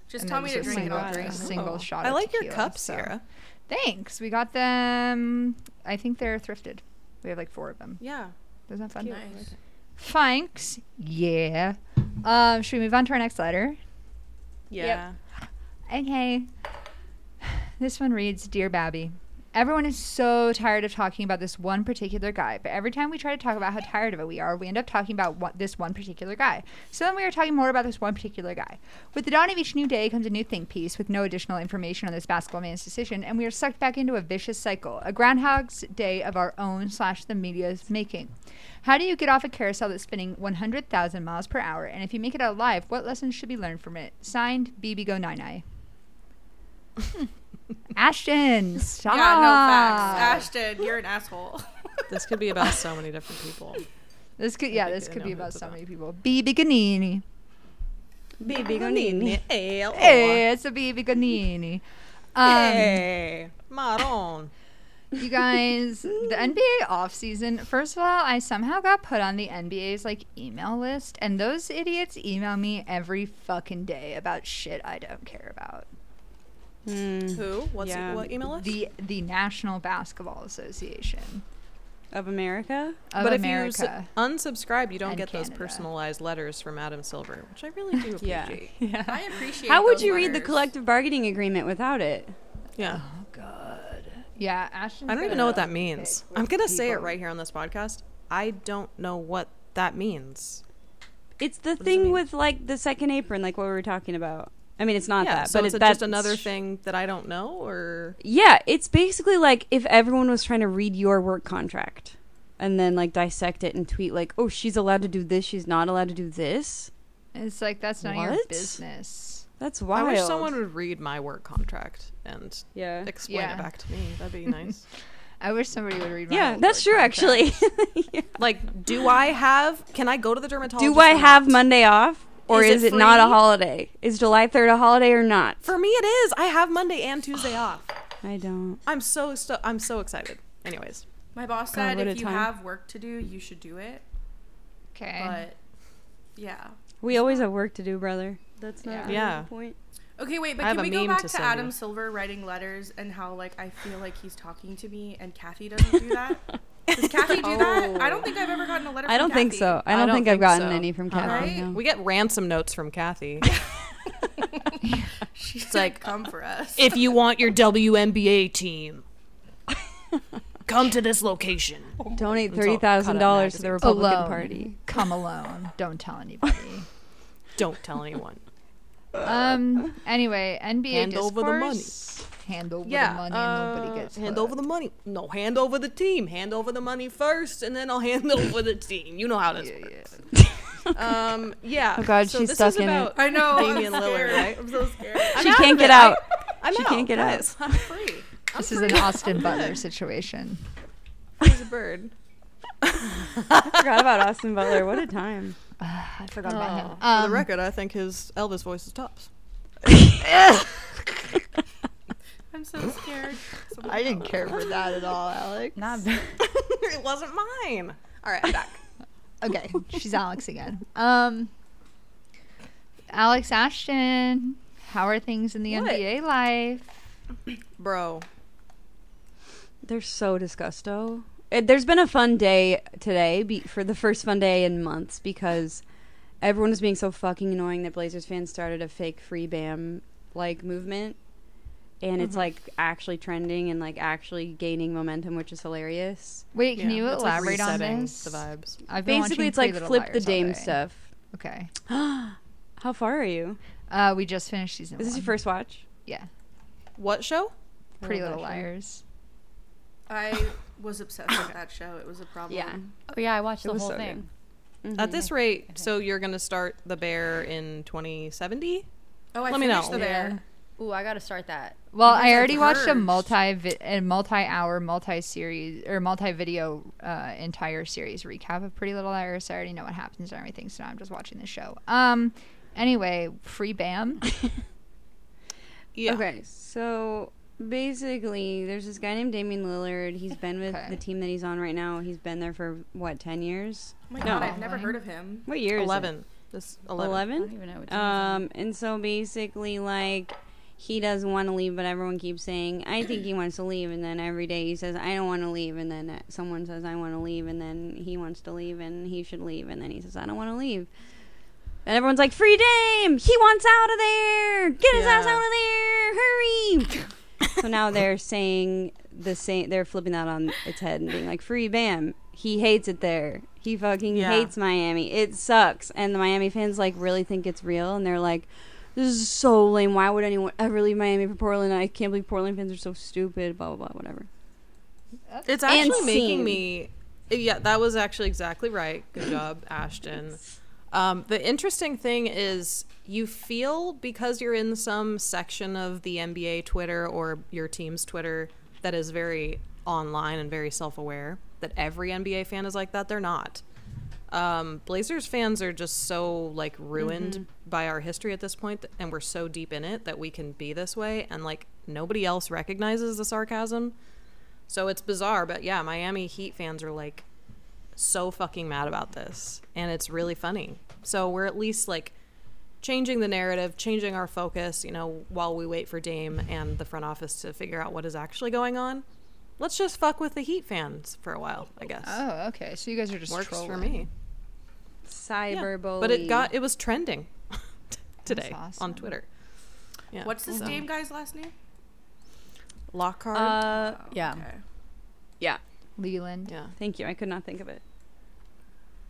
S4: Just
S1: And
S4: tell
S1: it
S4: me
S1: was
S4: to
S1: a
S4: drink it. Oh.
S1: single
S4: I'll
S1: drink,
S4: drink. it.
S1: single shot.
S2: I
S1: of
S2: like your
S1: tequila,
S2: cups,
S1: so-
S2: Sarah.
S1: Thanks. We got them. I think they're thrifted. We have like four of them.
S2: Yeah.
S1: Isn't that fun?
S2: Cute.
S4: Nice.
S1: Thanks. Yeah. Um, should we move on to our next letter?
S2: Yeah.
S1: Okay. This one reads Dear Babby, everyone is so tired of talking about this one particular guy, but every time we try to talk about how tired of it we are, we end up talking about what, this one particular guy. So then we are talking more about this one particular guy. With the dawn of each new day comes a new think piece with no additional information on this basketball man's decision, and we are sucked back into a vicious cycle, a groundhog's day of our own slash the media's making. How do you get off a carousel that's spinning 100,000 miles per hour? And if you make it out alive, what lessons should be learned from it? Signed, BB Go Nine Eye. Ashton, stop.
S4: Yeah, no facts. Ashton, you're an asshole.
S2: This could be about so many different people.
S1: This could, yeah,
S2: think
S1: this
S2: I
S1: could
S2: know
S1: be
S2: who
S1: about
S2: it's
S1: so
S2: about.
S1: many people. BB Ganini.
S3: Baby, gonna need-
S1: Hey, it's a BB Ganini. Um,
S2: hey, Maron.
S1: you guys, the NBA offseason, first of all, I somehow got put on the NBA's like email list, and those idiots email me every fucking day about shit I don't care about.
S3: Hmm,
S2: Who? What's
S3: Yeah.
S2: what email list?
S1: The the National Basketball Association
S3: of America.
S1: of
S2: but if you
S1: America.
S2: s- unsubscribe, you don't
S1: and
S2: get those
S1: Canada.
S2: personalized letters from Adam Silver, which I really do
S3: Yeah.
S2: appreciate.
S3: Yeah.
S4: I appreciate.
S3: How would
S4: those
S3: you read the
S4: letters.
S3: collective bargaining agreement without it?
S2: yeah.
S1: oh god. Yeah, Ashton.
S2: I don't even know what that means. I'm going to say it right here on this podcast. I don't know what that means.
S3: It's the
S2: does it
S3: thing
S2: mean?
S3: with like the second apron, like what we were talking about. I mean, it's not
S2: yeah,
S3: that,
S2: so
S3: but
S2: is
S3: it-
S2: it just
S3: that's-
S2: another thing that I don't know, or
S3: Yeah, it's basically like if everyone was trying to read your work contract and then like dissect it and tweet like, "Oh, she's allowed to do this, she's not allowed to do this."
S1: It's like that's none of your
S3: What?
S1: business.
S3: That's wild.
S2: I wish someone would read my work contract and
S3: Yeah.
S2: explain
S1: Yeah.
S2: it back to me. That'd be nice.
S1: I wish somebody would read. my
S3: Yeah,
S1: old
S3: that's
S1: work
S3: true actually.
S2: like, do I have? Can I go to the dermatologist?
S3: do I
S2: or
S3: have
S2: not?
S3: Monday off or
S2: Is
S3: is,
S2: it
S3: it, not a
S2: free?
S3: holiday? Is July 3rd a holiday or not?
S2: For me, it is. I have Monday and Tuesday off.
S3: I don't.
S2: I'm so stu- I'm so excited. Anyways,
S4: My boss
S3: God,
S4: said
S3: what a
S4: if you
S3: time.
S4: have work to do, you should do it.
S1: contract. Okay.
S4: But yeah.
S3: We always have work to do, brother. That's not
S1: Yeah.
S3: really
S2: Yeah.
S3: the point.
S4: Okay, wait,
S2: I
S4: but
S2: have
S4: can
S2: a
S4: we go
S2: meme
S4: back
S2: to
S4: to,
S2: send
S4: Adam
S2: you.
S4: Silver writing letters and how like I feel like he's talking to me and Kathy doesn't do that? Does Kathy do that? I don't think I've ever gotten a letter.
S3: I
S4: from
S3: don't think
S4: Kathy.
S3: so. I
S2: I
S3: don't,
S2: don't
S3: think, I've
S2: think
S3: gotten
S2: so.
S3: any from
S5: Uh-huh.
S2: Uh-uh.
S3: Kathy.
S4: Right?
S3: no.
S2: we get ransom notes from Kathy.
S4: She's
S2: like-
S4: like, come for us.
S2: if you want your WNBA team, come to this location.
S3: Donate
S2: It's all cut up
S3: $30,000 to
S2: magazines.
S3: the Republican
S1: Alone.
S3: Party.
S1: Come alone. Don't tell anybody.
S2: Don't tell anyone.
S1: um. Anyway, NBA
S2: Hand over the money.
S1: discourse. Handle with
S2: yeah,
S1: the money.
S2: uh,
S1: nobody gets
S2: hand over the money. No, hand over the team. Hand over the money first, and then I'll hand over the team. You know how this
S1: Yeah,
S2: works. Um, yeah.
S3: Oh, God,
S2: so
S3: she's
S2: this
S3: stuck
S2: is
S3: in it.
S2: about
S4: I know.
S2: Damian
S4: I'm
S2: Lillard,
S4: scared.
S2: right?
S4: I'm so scared.
S2: I'm
S3: She
S2: out
S3: can't
S2: of
S3: get
S2: it.
S3: out.
S2: I'm
S3: She
S2: out,
S3: can't get out.
S2: guys. I'm free. I'm
S1: This
S2: free.
S1: is an Austin Butler
S2: good.
S1: situation.
S2: free as a bird.
S3: I forgot about Austin Butler. What a time.
S1: I forgot about him.
S2: Oh. For
S1: Um,
S2: the record, I think his Elvis voice is tops.
S4: I'm so scared. Something
S1: I didn't care for that at all, Alex.
S5: Not bad.
S2: it wasn't mine. All right, I'm back.
S1: Okay, she's Alex again. Um, Alex Ashton, how are things in the
S2: What?
S1: NBA life?
S2: Bro,
S3: They're so disgusto. It, there's been a fun day today be, for the first fun day in months because everyone was being so fucking annoying that Blazers fans started a fake free Bam like movement, and
S1: Mm-hmm.
S3: it's like actually trending and like actually gaining momentum, which is hilarious.
S1: Wait, can
S2: Yeah,
S1: you
S2: it's like
S1: elaborate on
S2: resetting
S1: this?
S2: The vibes.
S1: I've been
S3: Basically,
S1: watching
S3: it's like
S1: Pretty Little
S3: flip the
S1: Liars all
S3: Dame
S1: day.
S3: stuff.
S1: Okay.
S3: How far are you?
S1: Uh, we just finished season.
S3: Is this
S1: one.
S3: your first watch?
S1: Yeah,
S2: What show?
S3: I
S1: Pretty
S3: love
S1: Little
S3: that show.
S1: Liars.
S4: I was obsessed with that show. It was a problem.
S3: Yeah.
S5: Oh yeah, I watched
S3: It
S5: the
S3: was
S5: whole
S3: so good.
S5: thing.
S1: Mm-hmm.
S2: At this rate, so you're gonna start the bear in 2070?
S4: Oh, I
S2: Let me
S4: finished
S2: know.
S4: the bear.
S5: Ooh, I gotta start that.
S1: Well,
S4: Because
S1: I
S4: I
S1: already watched a
S4: purged.
S1: multi vi- a multi-hour, multi-series or multi-video uh, entire series recap of Pretty Little Liars. So I already know what happens and everything. So now I'm just watching the show. Um. Anyway, free bam.
S2: Yeah.
S3: Okay, so basically, there's this guy named Damian Lillard. He's been with
S1: Okay.
S3: the team that he's on right now. He's been there for what ten years?
S4: Oh my
S3: No.
S4: god, I've never heard of him.
S3: What year? is it?
S2: Eleven. This eleven.
S5: I
S3: Eleven.
S5: don't even know what um,
S3: Um, and so basically, like, he doesn't want to leave, but everyone keeps saying, I think he wants to leave. And then every day he says, I don't want to leave. And then uh, someone says, I want to leave. And then he wants to leave and he should leave. And then he says, I don't want to leave. And everyone's like, Free Dame! He wants out of there! Get his ass
S2: Yeah.
S3: out of there! Hurry! so now they're saying the same, they're flipping that on its head and being like, Free Bam! He hates it there. He fucking
S2: Yeah.
S3: hates Miami. It sucks. And the Miami fans like really think it's real and they're like, This is so lame. Why would anyone ever leave Miami for Portland? I can't believe Portland fans are so stupid, blah blah blah, whatever.
S2: It's
S3: And
S2: actually making
S3: scene.
S2: me. Yeah, that was actually exactly right. Good job, Ashton. Um, the interesting thing is, you feel because you're in some section of the NBA Twitter or your team's Twitter that is very online and very self aware that every NBA fan is like that. They're not. Um, Blazers fans are just so like ruined
S3: Mm-hmm.
S2: by our history at this point, th- and we're so deep in it that we can be this way, and like nobody else recognizes the sarcasm. So it's bizarre, but yeah, Miami Heat fans are like so fucking mad about this, and it's really funny. So we're at least like changing the narrative, changing our focus, you know, while we wait for Dame and the front office to figure out what is actually going on. Let's just fuck with the Heat fans for a while, I guess.
S1: Oh, okay. So you guys are just
S2: Works for
S1: trolling.
S2: me. Yeah.
S3: Cyberbully.
S2: But it got it was trending today
S1: awesome.
S2: on Twitter. Yeah.
S4: What's this
S2: so-
S4: Dame guy's last name? Oh,
S2: Lockhart?
S3: uh
S5: Yeah.
S4: Okay.
S1: Leland.
S2: yeah.
S3: thank you. I could not think of it.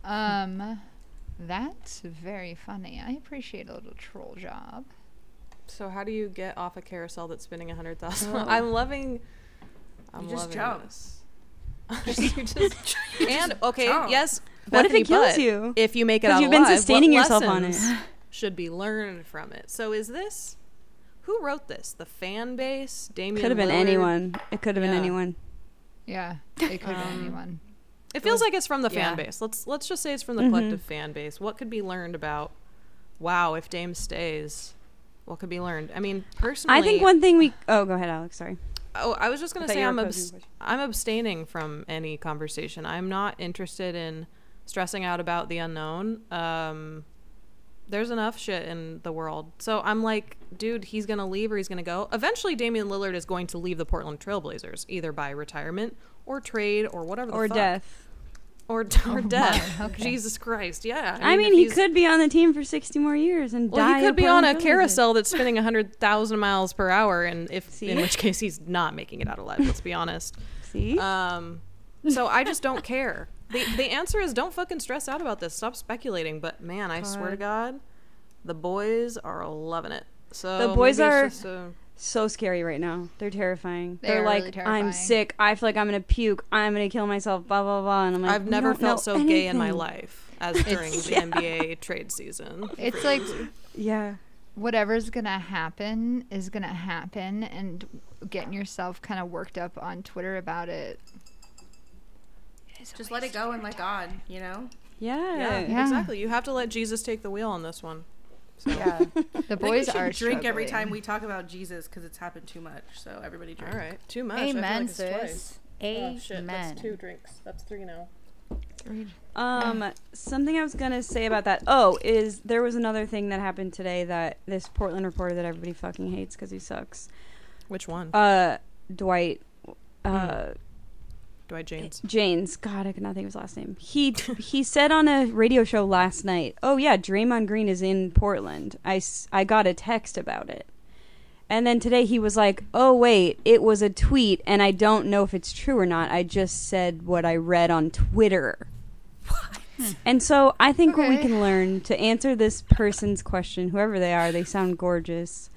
S1: Um, that's very funny. I appreciate a little troll job.
S2: So how do you get off a carousel that's spinning a hundred thousand?
S3: Oh.
S2: I'm loving. I'm
S4: just
S2: loving
S4: jump.
S2: this. you just and okay,
S4: jump.
S2: yes.
S3: What if
S2: Bethany,
S3: it kills
S2: but
S3: you?
S2: If you make it
S3: 'Cause
S2: out
S3: you've been
S2: alive, what
S3: sustaining yourself on
S2: lessons
S3: it.
S2: Should be learned from it. So is this? Who wrote this? The fan base? Damien
S3: Could have been
S2: Lillard?
S3: anyone. It could have been
S2: Yeah.
S3: anyone.
S1: Yeah, it could be
S2: Um,
S1: anyone.
S2: It feels like it's from the fan
S5: yeah.
S2: base. Let's let's just say it's from the
S3: Mm-hmm.
S2: collective fan base. What could be learned about? Wow, if Dame stays, what could be learned? I mean, personally,
S3: I think one thing we oh go ahead, Alex, sorry.
S2: Oh, I was just
S3: I
S2: gonna
S3: thought
S2: say
S3: you were
S2: I'm
S3: posing a
S2: abs-
S3: question.
S2: I'm abstaining from any conversation. I'm not interested in stressing out about the unknown. Um, there's enough shit in the world, so I'm like, dude, he's gonna leave or he's gonna go. Eventually, Damian Lillard is going to leave the Portland Trailblazers, either by retirement or trade or whatever. The
S3: Or
S2: fuck.
S3: death. Oh
S2: Or, or death. Jesus Christ, yeah.
S3: I mean,
S2: if
S3: he
S2: he's-
S3: could be on the team for 60 more years and
S2: Well,
S3: die.
S2: he
S3: a
S2: could be on a
S3: Portland Trailblazer.
S2: carousel that's spinning 100,000 miles per hour, and if
S3: See?
S2: in which case he's not making it out alive, let's be honest.
S3: See?
S2: Um, so I just don't care. The, the answer is don't fucking stress out about this. Stop speculating. But man, I swear to God, the boys are loving it. So
S3: The boys
S2: maybe
S3: are-
S2: it's just a-
S3: so scary right now. They're terrifying.
S1: They
S3: They are
S1: are
S3: like,
S1: really
S3: I'm
S1: terrifying."
S3: sick. I feel like I'm gonna puke. I'm gonna kill myself. Blah blah blah. And I'm like,
S2: I've
S3: "We
S2: never
S3: don't know
S2: felt so gay in my
S3: anything."
S2: life as during the NBA trade season.
S1: It's like
S3: Yeah.
S1: whatever's gonna happen is gonna happen, and getting yourself kind of worked up on Twitter about it.
S4: Just let it go and let God, you know?
S3: Yeah.
S2: Yeah,
S1: Yeah.
S2: exactly. You have to let Jesus take the wheel on this one.
S1: Yeah, the
S4: I think we
S1: boys
S4: should
S1: are
S4: drink every
S1: struggling.
S4: time we talk about Jesus because it's happened too much. So everybody drink.
S2: All right, too much. I feel like
S5: Amen,
S2: it's twice.
S5: sis. Amen.
S2: drinks. Oh, That's three now.
S3: Um, something I was gonna say about that. Oh, is there was another thing that happened today that this Portland reporter that everybody fucking hates because he sucks.
S2: Which one?
S3: Uh, Dwight.
S2: Hmm.
S3: Uh,
S2: Dwight James.
S3: James. God, I could not think of his last name. He he said on a radio show last night, "Oh yeah, Draymond Green is in Portland. I s- I got a text about it." And then today he was like, "Oh wait, it was a tweet and I don't know if it's true or not. I just said what I read on Twitter." And so I think what we
S1: Okay.
S3: can learn to answer this person's question, whoever they are, they sound gorgeous.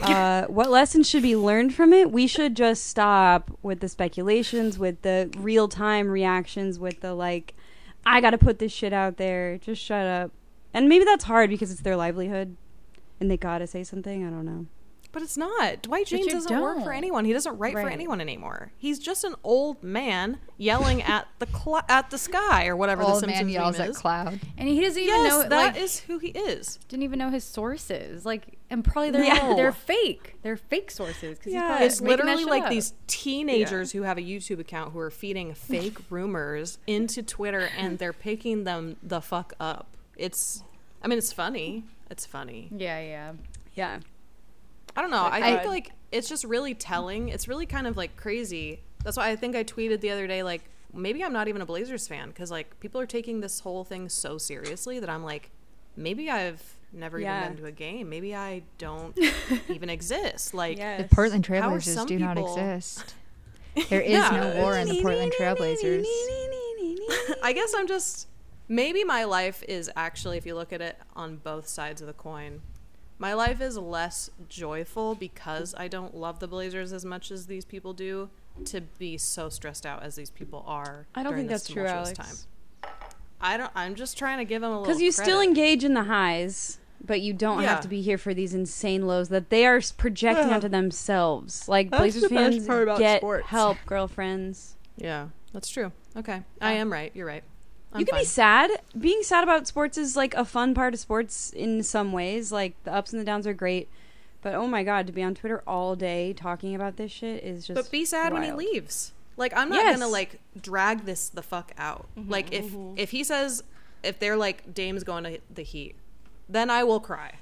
S3: Uh, what lessons should be learned from it? We should just stop with the speculations, with the real time reactions, with the like, I got to put this shit out there. Just shut up. And maybe that's hard because it's their livelihood and they got to say something. I don't know.
S2: But it's not. Dwight
S5: But
S2: James
S5: you
S2: doesn't work for
S5: don't.
S2: anyone. He doesn't write for
S5: Right.
S2: anyone anymore. He's just an old man yelling at the cl- at the sky or whatever the
S1: Old
S2: Simpsons
S1: man yells
S2: meme
S1: at
S2: is.
S1: cloud.
S5: And he doesn't even
S2: yes,
S5: know
S2: that is
S5: like
S2: who he is.
S5: didn't even know his sources. Like and probably they're
S2: No.
S5: they're fake. They're fake sources cuz
S3: Yeah.
S5: he's probably
S2: It's
S5: making that
S2: literally
S5: shit
S2: like
S5: up.
S2: these teenagers who have a YouTube account who are feeding fake rumors into Twitter and they're picking them the fuck up. It's, I mean, it's funny. It's funny.
S5: Yeah, yeah.
S3: Yeah.
S2: I don't know. I
S1: I-
S2: think like it's just really telling. It's really kind of like crazy. That's why I think I tweeted the other day like maybe I'm not even a Blazers fan because like people are taking this whole thing so seriously that I'm like maybe I've never
S3: Yeah.
S2: even been to a game. Maybe I don't even exist. Like
S1: The
S3: Yes.
S1: Portland
S2: How are
S1: Trailblazers
S2: some
S1: do not
S2: people-
S1: exist. There is
S2: Yeah.
S1: no war in the Portland Trailblazers.
S2: I guess I'm just maybe my life is actually if you look at it on both sides of the coin, my life is less joyful because I don't love the Blazers as much as these people do to be so stressed out as these people are.
S3: I don't
S2: during
S3: think
S2: this
S3: that's true,
S2: tumultuous
S3: Alex.
S2: I don't I'm just trying to give them a little
S3: Because you still
S2: credit.
S3: engage in the highs, but you don't
S2: Yeah.
S3: have to be here for these insane lows that they are s- projecting onto themselves. Like
S2: That's
S3: Blazers
S2: the best
S3: fans
S2: part about
S3: get
S2: sports.
S3: help, girlfriends.
S2: Yeah, that's true. Okay. I am right. You're right. I'm
S3: you can
S2: fine.
S3: be sad. Being sad about sports is like a fun part of sports in some ways. Like the ups and the downs are great, but oh my god, to be on Twitter all day talking about this shit is just.
S2: but be sad when he
S3: wild.
S2: leaves. Like I'm not gonna
S3: Yes. Mm-hmm,
S2: like drag this the fuck out. like if if he says if they're like Dame's going to the Heat, then I will cry.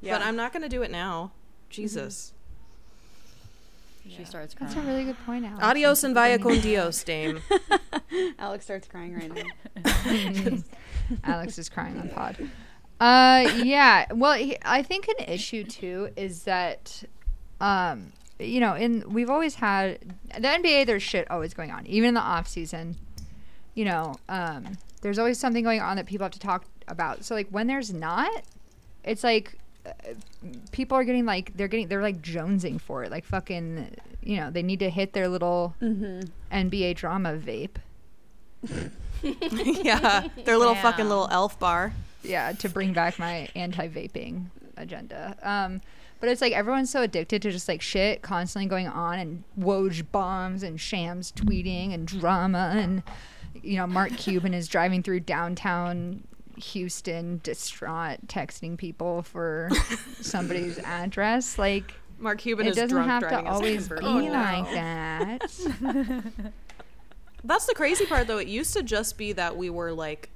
S2: But
S3: Yeah.
S2: I'm not gonna do it now. Jesus.
S5: She starts
S1: That's a
S5: crying.
S1: really good point,
S3: Mm-hmm. Oh,
S1: Alex.
S2: Adios and vaya con Dios, Dame.
S3: Alex starts crying right now.
S1: Alex is crying on pod. Uh, yeah. Well, he, I think an issue too is that, um, you know, in we've always had the NBA. There's shit always going on, even in the off season. You know, um, there's always something going on that people have to talk about. So like when there's not, it's like uh, people are getting like they're getting they're like jonesing for it. Like fucking, you know, they need to hit their little NBA drama vape.
S2: yeah, their little fucking
S5: Damn.
S2: little elf bar.
S1: yeah to bring back my anti-vaping agenda um but it's like everyone's so addicted to just like shit constantly going on and woj bombs and shams tweeting and drama and you know mark cuban is driving through downtown houston distraught texting people for somebody's address like
S2: Mark Cuban
S1: it
S2: is
S1: doesn't
S2: drunk
S1: have to
S2: driving his
S1: always be
S2: Hummer.
S4: Oh, no.
S1: like that
S2: That's the crazy part, though. It used to just be that we were like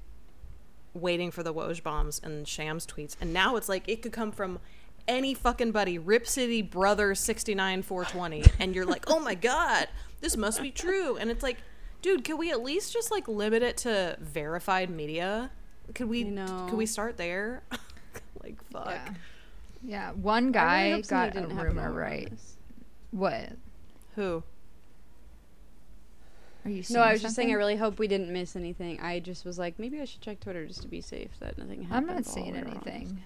S2: waiting for the Woj bombs and Shams tweets, and now it's like it could come from any fucking buddy, Rip City Brother sixty nine four twenty, and you're like, oh my god, this must be true, and it's like, dude, can we at least just like limit it to verified media? Could we?
S3: I know.
S2: Could we start there? like, fuck.
S1: yeah. yeah one
S3: I
S1: guy
S3: really hope something
S1: got a
S3: didn't happen
S1: rumor
S3: all
S1: right
S3: around us.
S1: what
S2: Who?
S1: are you seeing
S3: No, I was just saying. I
S1: something?
S3: really hope we didn't miss anything. I just was like, maybe I should check Twitter just to be safe that nothing happened.
S1: i'm
S3: while
S1: not seeing
S3: we were on.
S1: anything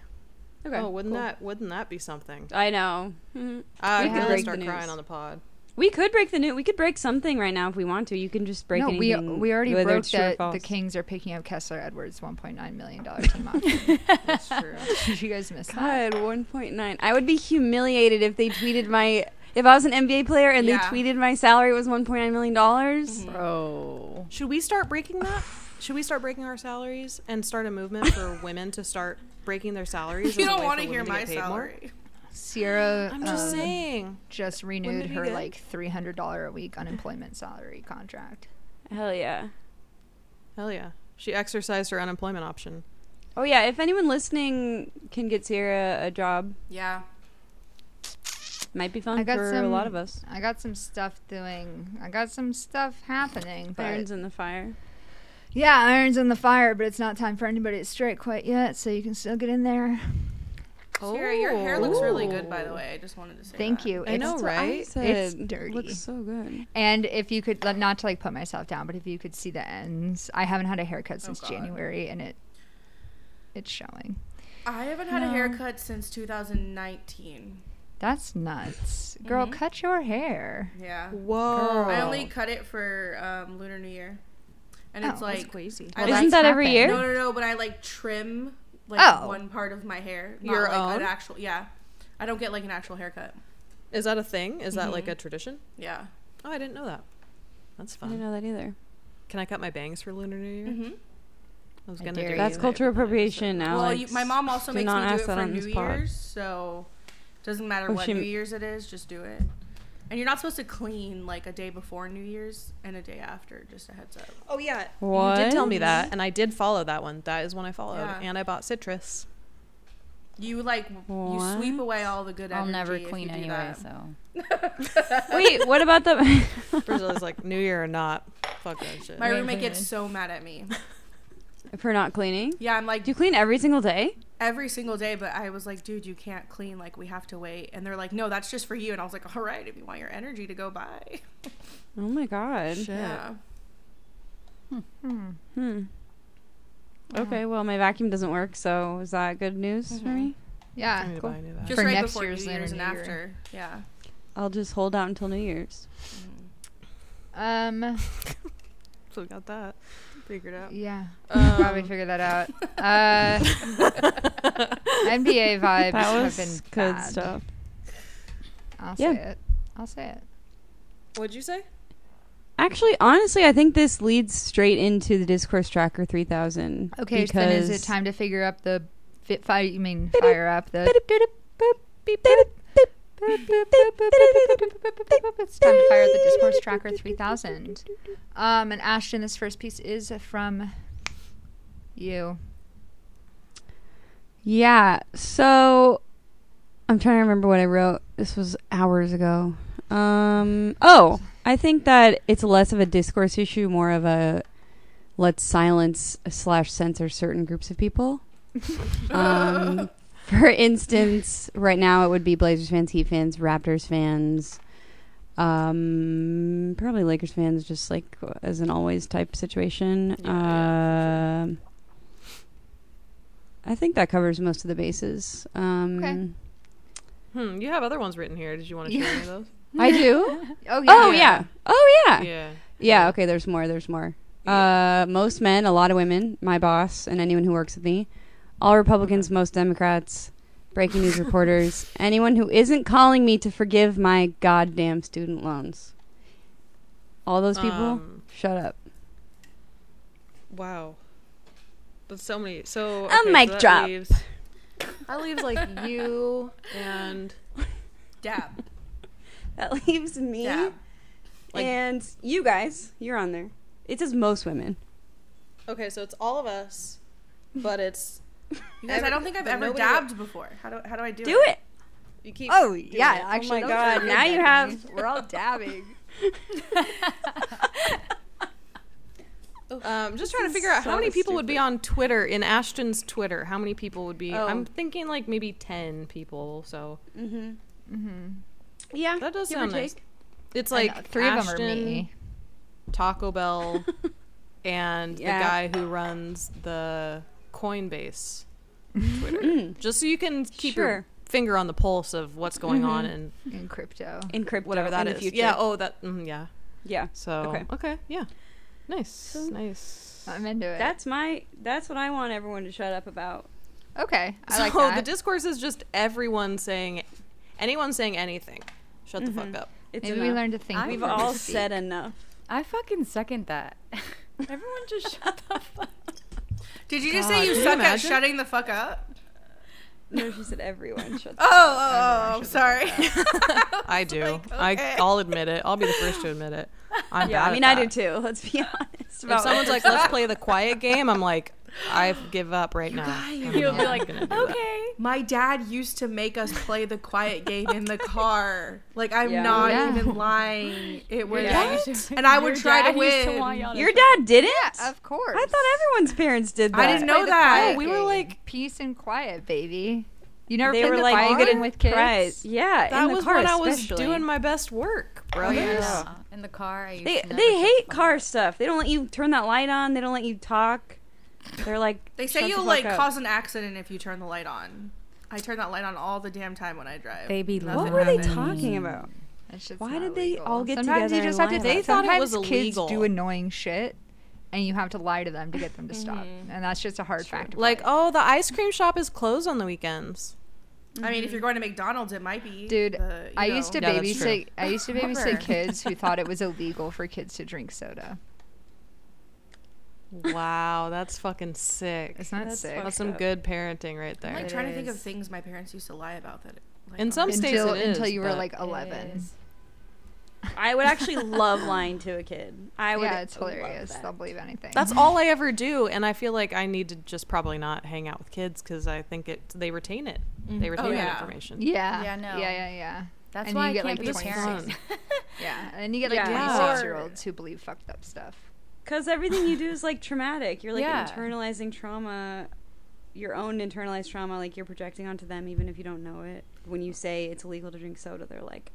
S3: Okay.
S2: oh, wouldn't
S3: cool.
S2: that wouldn't that be something?
S3: I know. Mhm.
S2: I
S1: could
S2: really
S1: break
S2: start
S3: the
S2: crying
S3: news.
S2: on the pod.
S3: We could break the new. We could break something right now if we want to. You can just break.
S1: no, we
S3: anything,
S1: we already
S3: whether
S1: broke
S3: it's true or
S1: that the
S3: false.
S1: Kings are picking up Kessler Edwards 1.9 million dollar team option.
S2: That's true.
S1: Did you guys miss that?
S3: God, one point nine. I would be humiliated if they tweeted my. If I was an NBA player and
S4: Yeah.
S3: they tweeted my salary was one point nine million dollars.
S5: Bro.
S2: Should we start breaking that? Should we start breaking our salaries and start a movement for women to start breaking their salaries?
S4: You
S2: as a
S4: don't
S2: way
S4: want
S2: for
S4: to hear
S2: women
S4: my
S2: get paid more?
S4: salary.
S1: Sierra
S2: I'm just
S1: um,
S2: saying.
S1: just
S2: When
S1: renewed
S2: did he
S1: her
S2: get-
S1: like 300 dollar a week unemployment salary contract.
S3: Hell yeah.
S2: Hell yeah. She exercised her unemployment option.
S3: Oh yeah. If anyone listening can get Sierra a job,
S4: Yeah.
S3: might be fun
S1: I got
S3: for a
S1: some-
S3: lot of us.
S1: I got some stuff doing. I got some stuff happening. But
S3: Irons in the fire.
S1: yeah, irons in the fire, but it's not time for anybody to strike quite yet, so you can still get in there.
S4: Sarah, your hair looks really good, by the way. I just wanted to say
S1: Thank
S4: that.
S1: you.
S2: Oh. I know,
S1: It's-
S2: right?
S3: It's,
S1: It's dirty.
S3: Looks so good.
S1: And if you could, not to like put myself down, but if you could see the ends, I haven't had a haircut since
S4: God.
S1: January, and it it's showing.
S4: I haven't had a
S1: No.
S4: haircut since 2019.
S1: That's nuts, girl.
S4: Mhm.
S1: Cut your hair.
S4: Yeah.
S5: Oh.
S2: Whoa.
S4: I only cut it for um, Lunar New Year. And
S1: Oh,
S4: it's
S1: that's
S4: like,
S2: crazy.
S4: I
S3: Isn't that every year?
S4: no, no, no, but I like trim like
S1: Oh.
S4: one part of my hair. Not
S2: Your
S4: like an
S2: own?
S4: actual, yeah. I don't get like an actual haircut.
S2: Is that a thing? Is that like
S4: Mhm.
S2: a tradition?
S4: Yeah.
S2: Oh, I didn't know that. That's
S5: I didn't
S2: fun.
S5: know that either.
S2: Can I cut my bangs for Lunar New Year?
S4: Mm-hmm.
S2: I was
S3: I
S2: gonna
S3: dare
S2: do
S3: you.
S5: That's
S2: that,
S5: cultural
S2: but I just-
S5: appropriation now.
S4: Well, you, my mom also
S5: do
S4: makes
S5: not
S4: me do
S5: ask
S4: it
S5: that
S4: for
S5: on
S4: New
S5: this pod.
S4: Year's, so doesn't matter
S5: Oh,
S4: what
S5: she-
S4: New Year's it is, just do it. And you're not supposed to clean like a day before New Year's and a day after. Just a heads up.
S2: Oh yeah,
S5: What?
S2: you did tell me that, and I did follow that one. That is one I followed,
S4: Yeah.
S2: and I bought citrus.
S4: You like
S5: What?
S4: you sweep away all the good
S3: I'll
S4: energy.
S3: never
S4: if you
S3: clean
S4: do
S3: anyway,
S4: that.
S3: so
S5: Wait, what about the?
S2: Brazil is like New Year or not. Fuck that shit.
S4: My
S3: Wait,
S4: roommate
S3: wait,
S4: gets
S3: wait.
S4: so mad at me.
S5: for not cleaning?
S4: Yeah, I'm like
S5: Do you clean every single day?
S4: every single day, but I was like, dude, you can't clean. Like we have to wait. And they're like, no, that's just for you. And I was like, all right, if you want your energy to go by.
S5: Oh my god.
S4: Yeah.
S1: Hmm.
S5: Hmm. Okay, well, my vacuum doesn't work, so is that good news for
S4: Mhm.
S5: me?
S2: I
S1: Yeah.
S2: need to
S1: Cool.
S2: buy a new bag.
S4: Just
S1: For
S4: right
S1: next
S4: before
S1: year's
S4: New
S1: later
S4: Year's and
S1: New Year.
S4: after. Yeah. Mm-hmm.
S5: I'll just hold out until New Year's.
S1: Um.
S2: so we got that figured out.
S1: Yeah.
S2: Um,
S1: Probably figured that out. Uh, NBA vibes
S5: That was
S1: have been
S5: good
S1: bad.
S5: stuff.
S1: I'll
S5: Yeah.
S1: say it. I'll say it.
S2: What'd you say?
S5: Actually, honestly, I think this leads straight into the discourse tracker 3000.
S1: Okay, so then is it
S5: because-
S1: time to figure up the fit fire? You mean
S5: Beep,
S1: fire up the?
S5: Beep, beep, beep, beep, beep, beep, beep, beep, beep, beep, beep, beep, beep, beep.
S1: It's time to fire up the Discourse Tracker 3000. Um, and Ashton, this first piece is from you.
S5: Yeah. So I'm trying to remember what I wrote. This was hours ago. Um oh, I think that it's less of a discourse issue, more of a let's silence slash censor certain groups of people. um, for instance, right now it would be Blazers fans, Heat fans, Raptors fans, um, probably Lakers fans, just like as an always type situation.
S2: Yeah, yeah,
S5: um, I think that covers most of the bases. Um,
S2: Hmm, you have other ones written here. Did you want to share any of those?
S5: I do.
S1: Oh yeah.
S5: Oh yeah. Oh yeah. yeah.
S2: Yeah.
S5: Okay. There's more. There's more. Uh, most men, a lot of women, my boss, and anyone who works with me, all Republicans, most Democrats, breaking news reporters, anyone who isn't calling me to forgive my goddamn student loans. All those people,
S2: Um,
S5: shut up.
S2: wow. But so many. So
S5: A
S2: okay, so
S5: mic
S2: that
S5: drop.
S2: Leaves, that leaves like you and
S4: Dab.
S5: That leaves me
S4: Dab.
S2: Like-
S5: and you guys. You're on there. It says most women.
S2: okay. So it's all of us, but it's
S4: You guys, I
S2: Every-
S4: don't think I've
S2: but
S4: ever
S2: nobody-
S4: dabbed before. How do how do I do,
S5: Do it.
S2: you keep.
S1: Oh
S2: doing
S1: yeah.
S2: it.
S1: Actually,
S5: my
S1: those are
S5: God,
S1: good,
S5: now you
S1: Bethany.
S5: have-
S1: We're all dabbing.
S2: Um, just trying to figure out how
S5: so
S2: many people would be on Twitter in Ashton's Twitter. How many people would be?
S5: Oh.
S2: I'm thinking like maybe ten people. So
S5: Mm-hmm.
S1: Mm-hmm.
S5: Yeah.
S2: that does
S5: give or
S2: sound nice.
S5: take.
S2: It's like
S1: three of them are
S2: Ashton,
S1: me.
S2: Taco Bell, and
S5: Yeah.
S2: the guy who runs the Coinbase Twitter.
S5: Mm.
S2: just so you can keep
S5: Sure.
S2: your finger on the pulse of what's going on
S5: Mhm.
S2: and
S1: in crypto.
S5: in crypto
S2: whatever that
S5: in
S2: is.
S5: the future.
S2: Yeah. Oh, that. Mm, yeah.
S5: yeah.
S2: So okay.
S5: Okay.
S2: yeah. Nice. nice.
S1: I'm into it.
S5: That's my. That's what I want everyone to shut up about.
S1: okay. I like
S2: so the
S1: that.
S2: discourse is just everyone saying, anyone saying anything. Shut the
S5: Mm-hmm.
S2: fuck up.
S5: It's
S1: Maybe we
S5: enough.
S1: learned to think.
S5: We've
S1: before we
S5: all
S1: speak.
S5: said enough.
S3: I fucking second that. Everyone just shut the fuck.
S4: Did you just
S2: God,
S4: say you
S2: can you
S4: suck at
S2: imagine?
S4: shutting the fuck up?
S5: No, she said everyone shut.
S4: Oh, oh, oh, oh sorry.
S2: I do. I,
S4: okay.
S2: I'll admit it. I'll be the first to admit it. I'm
S5: yeah,
S2: bad
S5: I
S2: at
S5: mean, I do
S2: that.
S5: too. Let's be honest.
S2: If someone's like, let's play the quiet game, I'm like, I give up right now. I'm
S3: You'll be
S2: not
S3: like,
S2: gonna do that.
S3: okay.
S4: My dad used to make us play the quiet game in the car. Like I'm
S5: Yeah.
S4: not
S1: Yeah.
S4: even lying. It was
S3: Yeah, you should-
S4: And I
S3: your
S4: would try to
S3: dad used
S4: win.
S3: want y'all to
S5: your dad did it.
S1: Of course.
S5: I thought everyone's parents did that.
S4: I didn't know
S1: Play the
S4: that.
S1: quiet
S2: Oh, we were
S1: game.
S2: like-
S1: peace and quiet, baby. You never
S5: They
S1: played
S5: were
S1: the
S5: like,
S1: quiet
S5: you get
S1: game
S5: a
S1: with kids.
S5: prize. Yeah,
S2: That
S5: in the
S2: was
S5: car
S2: when I was
S5: especially.
S2: doing my best work,
S3: Oh,
S2: brothers.
S3: yeah. In the car, I used
S5: They
S3: to never
S5: they
S3: shut
S5: hate
S3: the fuck
S5: car
S3: up.
S5: stuff. They don't let you turn that light on. They don't let you talk. They're like
S4: They say
S5: shut the
S4: you'll
S5: fuck
S4: like
S5: up.
S4: cause an accident if you turn the light on. I turn that light on all the damn time when I drive.
S3: They be
S4: Nothing
S5: What were they
S4: happened.
S5: talking about?
S1: That shit's
S5: Why
S1: not
S5: did they
S1: legal.
S5: all get
S1: Sometimes you
S5: together
S1: just
S5: and
S1: have to.
S5: lie
S2: They
S1: They
S2: thought it
S1: sometimes
S2: was illegal.
S1: Kids do annoying shit, and you have to lie to them to get them to stop. And that's just a hard fact. of
S2: Like,
S1: life.
S2: oh, the ice cream shop is closed on the weekends.
S4: I mean, if you're going to McDonald's, it might be.
S1: Dude,
S4: the- oh, you
S1: I used to
S4: know.
S2: Yeah, that's
S1: babysit. I used to
S4: Sure.
S1: babysit kids who thought it was illegal for kids to drink soda.
S2: Wow, that's fucking sick.
S1: It's not
S3: That's
S1: sick.
S2: That's some
S3: up.
S2: good parenting right
S4: I'm
S2: there.
S4: like
S5: It
S4: trying to think of
S5: is.
S4: things my parents used to lie about that. Like,
S2: In some
S4: honestly-
S2: states
S1: until
S2: it
S1: until
S2: is,
S1: you were
S2: but-
S1: like
S5: It
S1: 11.
S5: is.
S3: I would actually love lying to a kid. I would.
S1: Yeah, it's
S3: love
S1: hilarious.
S3: that.
S1: They'll believe anything.
S2: That's all I ever do, and I feel like I need to just probably not hang out with kids because I think it they retain it. They retain
S4: Oh,
S2: that
S4: yeah.
S2: information.
S1: Yeah.
S5: Yeah, no.
S1: Yeah, yeah, yeah.
S5: That's
S1: And
S5: why
S1: you
S5: I
S1: get,
S5: can't
S1: like,
S5: be a
S1: the
S5: parent.
S2: Fun.
S1: Yeah. And then you get like
S3: Yeah.
S1: 26 year
S4: Or-
S1: olds who believe fucked up stuff.
S3: Because everything you do is like traumatic. You're like
S5: Yeah.
S3: internalizing trauma, your own internalized trauma, like you're projecting onto them, even if you don't know it. When you say it's illegal to drink soda, they're like,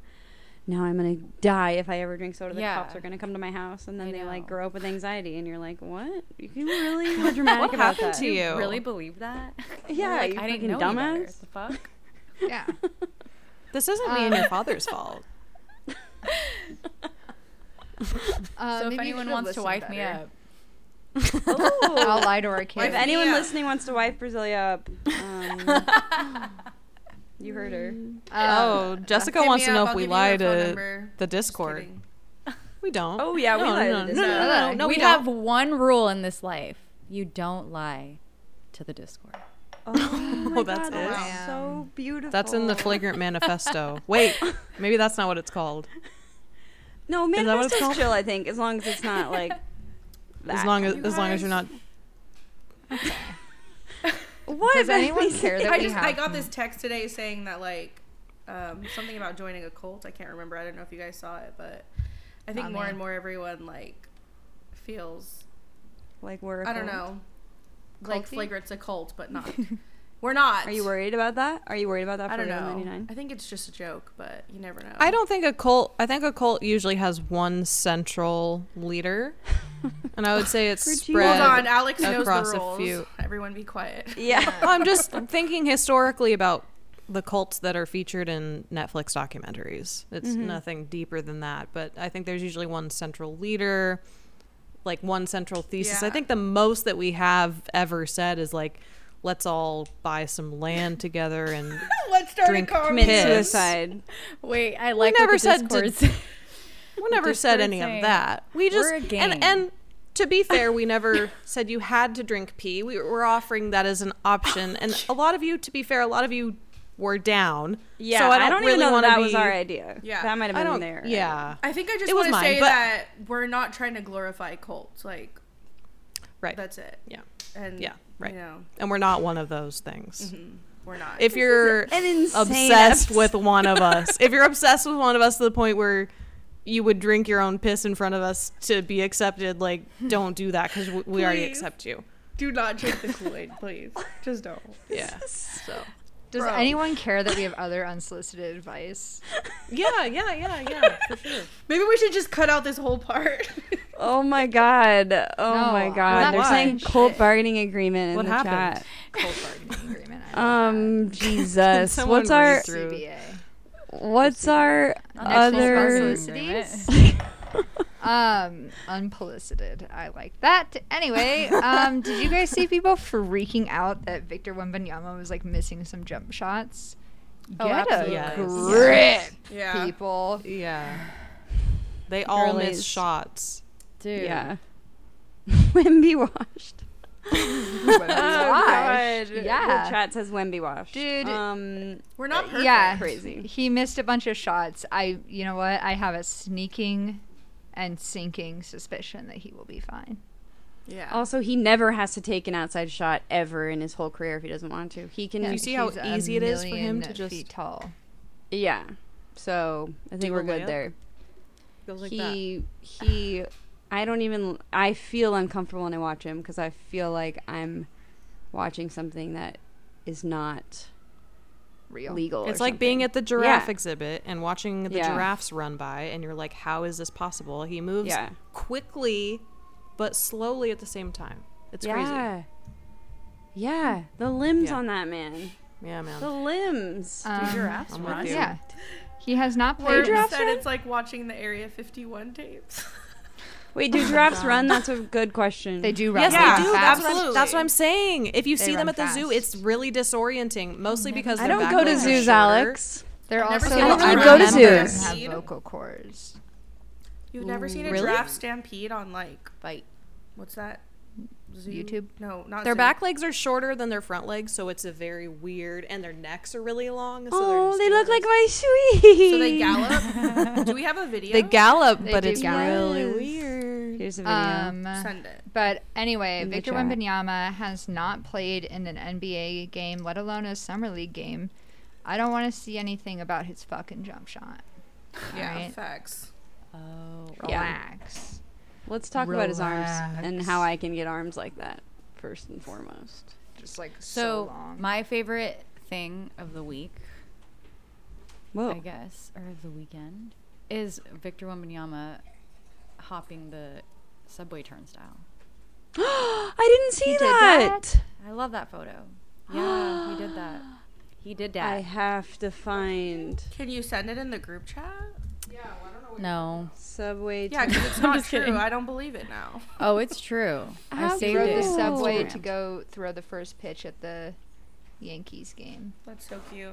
S3: now I'm going to die if I ever drink soda. The
S5: Yeah.
S3: cops are going to come to my house. And then
S5: I
S3: they like
S5: know.
S3: grow up with anxiety. And you're like, what? You can really be dramatic about
S2: happened
S3: that.
S2: to you?
S5: You really believe that?
S3: Yeah,
S5: Like,
S3: you
S5: I
S3: fucking
S5: didn't know any better.
S3: dumbass.
S5: The fuck?
S1: Yeah.
S2: This isn't me and your father's fault.
S1: Uh,
S5: so if
S1: maybe you
S5: anyone
S1: should've
S5: wants to
S1: listened
S5: wife me
S1: better.
S5: up,
S1: I'll lie to our
S4: Wife
S1: kids.
S3: Oh, If anyone
S4: Yeah.
S3: listening wants to wife Brasilia up, um, you heard her.
S1: Um,
S2: oh, Jessica
S4: Hit me
S2: wants to
S4: up,
S2: know
S4: I'll
S2: if we
S4: give you her
S2: lie
S4: phone
S2: to
S4: number.
S2: the
S4: Just
S2: Discord.
S4: kidding.
S2: We don't.
S3: Oh, yeah, we
S2: no,
S3: lie to
S2: no, no, no,
S3: the
S1: Discord.
S2: no, no, no,
S5: we,
S2: we don't.
S5: have one rule in this life: you don't lie to the Discord.
S3: Oh, my
S2: that's
S3: God,
S2: it.
S3: that's so beautiful.
S2: That's in the flagrant manifesto. Wait, maybe that's not what it's called.
S3: No,
S2: that what it's
S3: manifesto's
S2: called?
S3: chill. I think as long as it's not like that.
S2: As long as
S4: You
S2: as long as you're
S4: guys-
S2: not.
S3: what
S1: Does
S3: if
S1: anyone
S3: anything-
S1: care that
S4: I
S1: we
S4: just
S1: have?
S4: I got
S2: Mm.
S4: this text today saying that like um, something about joining a cult. I can't remember. I don't know if you guys saw it, but I think
S2: Oh,
S1: Not
S4: more
S1: me.
S4: and more everyone like feels
S3: Like we're. a
S4: I don't
S3: cult?
S4: know like
S1: Culty?
S4: flagrant's a cult, but not. We're not.
S3: Are you worried about that? Are you worried about that for
S4: I don't
S3: real?
S4: know.
S3: 99?
S4: I think it's just a joke, but you never know.
S2: I don't think a cult. I think a cult usually has one central leader, and I would say it's
S3: Regina.
S2: spread.
S4: Hold on, Alex knows
S2: across
S4: the
S2: a
S4: rules.
S2: few-
S4: Everyone, be quiet.
S3: Yeah.
S2: Well, I'm just thinking historically about the cults that are featured in Netflix documentaries. It's
S4: Mm-hmm.
S2: nothing deeper than that, but I think there's usually one central leader, like one central thesis. I
S4: Yeah.
S2: think the most that we have ever said is like, let's all buy some land together and
S4: Let's start
S2: Drink
S4: a comment.
S3: Commit
S2: piss.
S3: suicide.
S5: Wait, I like what
S2: never
S5: the
S2: said
S5: Discord
S2: to- we never said
S5: Discord
S2: any
S5: saying,
S2: of that. We just
S5: "We're a gang."
S2: and and to be fair, we never said you had to drink pee. We were offering that as an option, and a lot of you, to be fair, a lot of you were down.
S3: Yeah.
S2: so I don't,
S3: don't
S2: really
S3: even know that,
S2: want to
S3: that
S2: be,
S3: was our idea.
S4: Yeah.
S3: That
S5: Uh,
S3: might have
S2: I
S3: been
S2: don't.
S3: there.
S2: Yeah,
S4: I think I just
S2: It
S4: want
S2: was
S4: to
S2: mine,
S4: say
S2: but-
S4: that we're not trying to glorify cults. Like
S2: right.
S4: that's it.
S2: yeah,
S4: And
S2: Yeah, right.
S4: You know,
S2: and we're not one of those things.
S4: we're not.
S2: If you're
S3: An Mm-hmm. insane
S2: obsessed
S3: episode.
S2: with one of us, if you're obsessed with one of us to the point where you would drink your own piss in front of us to be accepted, like don't do that because we, we already
S4: Please.
S2: accept you.
S4: do not drink the Kool Aid, please. Just don't.
S2: Yeah. So.
S1: Does
S4: Bro.
S1: anyone care that we have other unsolicited advice?
S2: Yeah, yeah, yeah, yeah, for sure.
S4: Maybe we should just cut out this whole part.
S3: Oh my god. Oh
S1: No,
S3: my
S1: I'm
S3: god.
S1: not
S3: They're saying
S1: buying
S3: cult
S1: shit.
S3: bargaining agreement in
S2: What
S3: the
S2: happened?
S1: Cold bargaining agreement.
S3: chat. Um Jesus.
S2: someone
S3: what's our
S2: read through?
S1: CBA.
S3: what's our
S5: Unsolicited
S3: other
S1: unsolicited. um, unsolicited. I like that. Anyway, um, did you guys see people freaking out that Victor Wembanyama was like missing some jump shots?
S5: Oh,
S1: Get a
S5: absolutely.
S1: grip,
S4: yeah.
S1: people.
S2: Yeah. They all miss
S3: Girlies.
S2: shots.
S5: Dude,
S3: Yeah. Wimby washed. Oh,
S1: Gosh.
S3: The
S1: Yeah.
S3: chat says Wemby washed.
S1: Dude.
S3: Um,
S4: We're not
S2: Uh,
S4: perfect.
S1: Yeah.
S3: Crazy.
S1: He missed a bunch of shots. I, you know what? I have a sneaking and sinking suspicion that he will be fine.
S4: Yeah.
S2: Oh,
S3: also, he never has to take an outside shot ever in his whole career if he doesn't want to. He can.
S1: Yeah,
S3: Yeah.
S2: you see how
S1: he's a
S2: easy it is for him
S1: million
S2: to just-
S1: feet tall.
S3: So I think
S2: a
S3: we're good
S2: layup?
S3: there.
S2: Goes like that.
S3: he he. I don't even. I feel uncomfortable when I watch him because I feel like I'm watching something that is not
S1: Real.
S3: legal. Oh, or
S2: It's like being
S3: something.
S2: at the giraffe
S3: Yeah.
S2: exhibit and watching the
S3: Yeah.
S2: giraffes run by, and you're like, how is this possible? He moves
S3: Yeah.
S2: quickly, but slowly at the same time. It's
S3: yeah. Yeah, the limbs
S2: Yeah.
S3: on that man.
S2: crazy. Yeah,
S3: The
S2: man.
S3: limbs.
S1: Um,
S4: giraffes
S2: I'm
S4: run?
S2: with you.
S1: Yeah. He has not
S4: We're
S1: played.
S4: upset. It's like watching the Area 51 tapes.
S3: Wait, do giraffes
S2: Um,
S3: run? That's a good question.
S1: They do run.
S2: Yes,
S1: really
S4: Yeah.
S2: they do.
S1: fast.
S2: That's what, I'm, that's what I'm saying. If you
S1: They
S2: see them
S1: run
S2: at the zoo,
S1: fast.
S2: it's really disorienting, mostly because
S3: I
S2: their
S3: don't
S2: back
S3: go to
S2: legs are
S3: zoos,
S2: shorter.
S3: Alex.
S1: They're
S4: I've never
S1: also.
S4: seen
S3: I don't
S1: I
S3: really go to
S1: remember
S3: zoos.
S1: Have vocal cords.
S4: You've never seen a
S2: Really?
S4: giraffe stampede on like
S1: Bite.
S4: what's that? Zoo?
S1: YouTube?
S4: No, not
S2: Their
S4: zoo.
S2: back legs are shorter than their front legs, so it's a very weird. And their necks are really long. So they're
S3: oh,
S2: just
S3: they
S2: doing
S3: look
S2: this.
S3: like my sweet.
S4: So they gallop. do we have a video?
S2: They gallop,
S1: They
S2: but
S1: do
S2: it's
S1: gallop.
S2: really
S3: Yes.
S2: weird.
S3: Here's a video.
S1: Um,
S4: Send it.
S1: but anyway,
S3: In the
S1: Victor
S3: chat.
S1: Wembanyama has not played in an NBA game, let alone a summer league game. I don't want to see anything about his fucking jump shot.
S4: Yeah,
S1: Alright.
S4: facts.
S5: Oh,
S3: Yeah.
S1: Relax.
S3: Let's talk about his arms and how
S1: Relax.
S3: I can get arms like that first and foremost.
S1: Just like so,
S5: So,
S1: long.
S5: my favorite thing of the week,
S3: Whoa.
S5: I guess, or of the weekend, is Victor Wembanyama hopping the subway turnstile.
S3: I didn't see that.
S5: I love that photo. Yeah, he did that. He did that.
S3: I have to find
S4: Can you send it in the group chat?
S5: no.
S3: Subway.
S4: Yeah,
S3: to-
S4: because it's not
S5: just
S4: true.
S5: kidding.
S4: I don't believe it now.
S5: Oh, it's true. I
S3: How
S1: He
S5: saved
S1: rode
S5: it.
S1: the
S3: Ooh.
S1: subway to
S5: Instagram.
S1: go throw the first pitch at the Yankees game.
S4: That's so cute.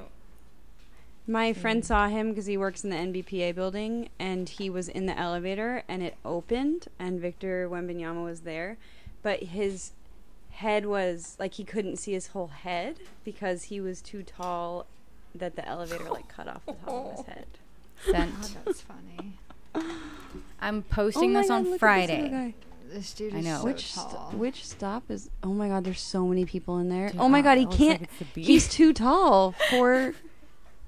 S3: My friend saw him because he works in the NBPA building, and he was in the elevator, and it opened, and Victor Wembanyama was there, but his head was like he couldn't see his whole head because he was too tall that the elevator like cut off the top of his head.
S5: Sent.
S1: Oh, That's funny.
S5: I'm
S3: Oh
S5: posting this on Friday.
S1: This dude is
S5: I know.
S1: so
S3: which
S1: tall.
S3: st- which stop is? Oh my God, there's so many people in there.
S5: Dude,
S3: oh my God, he
S5: that looks like
S3: can't.
S5: it's the bee.
S3: he's too tall for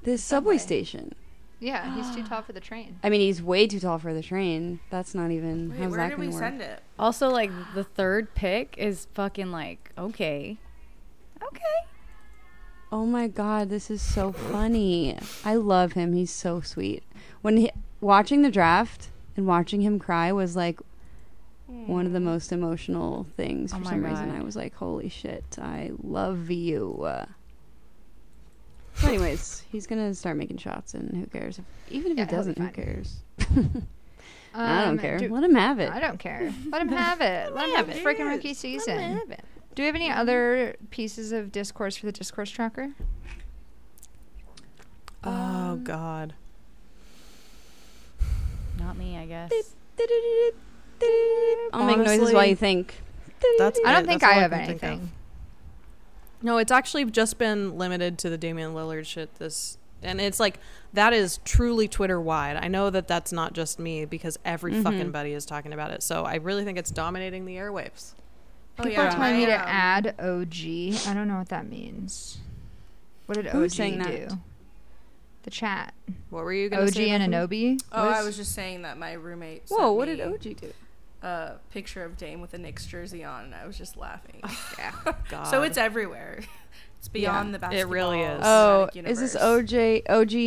S3: this subway station.
S1: yeah, he's too tall for the train.
S3: I mean, he's way too tall for the train. That's not even.
S4: Wait,
S3: how's
S4: where
S3: that
S4: did
S3: gonna
S4: we
S3: work?
S4: send it?
S5: Also, like the third pick is fucking like okay, okay.
S3: Oh my god, this is so funny. I love him. He's so sweet. When he, watching the draft and watching him cry was like
S2: Hmm.
S3: one of the most emotional things
S5: Oh
S3: for
S5: my
S3: some reason.
S5: God.
S3: I was like, "Holy shit, I love you." Uh, so anyways, he's gonna start making shots, and who cares? If, even if
S1: Yeah,
S3: he
S1: he'll be
S3: doesn't, who
S1: fine.
S3: cares?
S1: Um,
S3: I don't care.
S1: do-
S3: Let him have it.
S1: I don't care. Let him have it. Let him have it. Freaking rookie season. Do we have any other pieces of discourse for the discourse tracker?
S2: Oh God.
S5: Not me, I guess.
S3: I'll make noises while
S2: Honestly,
S3: you think.
S2: That's.
S1: I don't
S2: it.
S1: think
S2: That's
S1: I
S2: all
S1: have
S2: can think of.
S1: anything.
S2: No, it's actually just been limited to the Damian Lillard shit. This and it's like that is truly Twitter wide. I know that that's not just me because every fucking buddy is talking about it. So I really think it's dominating the airwaves.
S4: Oh,
S1: People are telling me to
S4: um,
S1: add OG. I don't know what that means. What did
S3: Who's
S1: OG
S3: saying
S1: do?
S3: that?
S1: The chat.
S2: What were you gonna
S1: OG
S2: say?
S1: and
S2: Nathan?
S1: Anobi.
S4: Oh,
S1: What
S4: I
S1: is-
S4: was just saying that my roommate.
S3: Whoa,
S4: sent
S3: what did
S4: me
S3: OG do?
S4: A picture of Dame with a Knicks jersey on, and I was just laughing.
S2: God.
S4: so it's everywhere. It's beyond the basketball.
S2: It really is.
S3: Oh,
S4: cinematic
S3: is this
S4: universe.
S3: OJ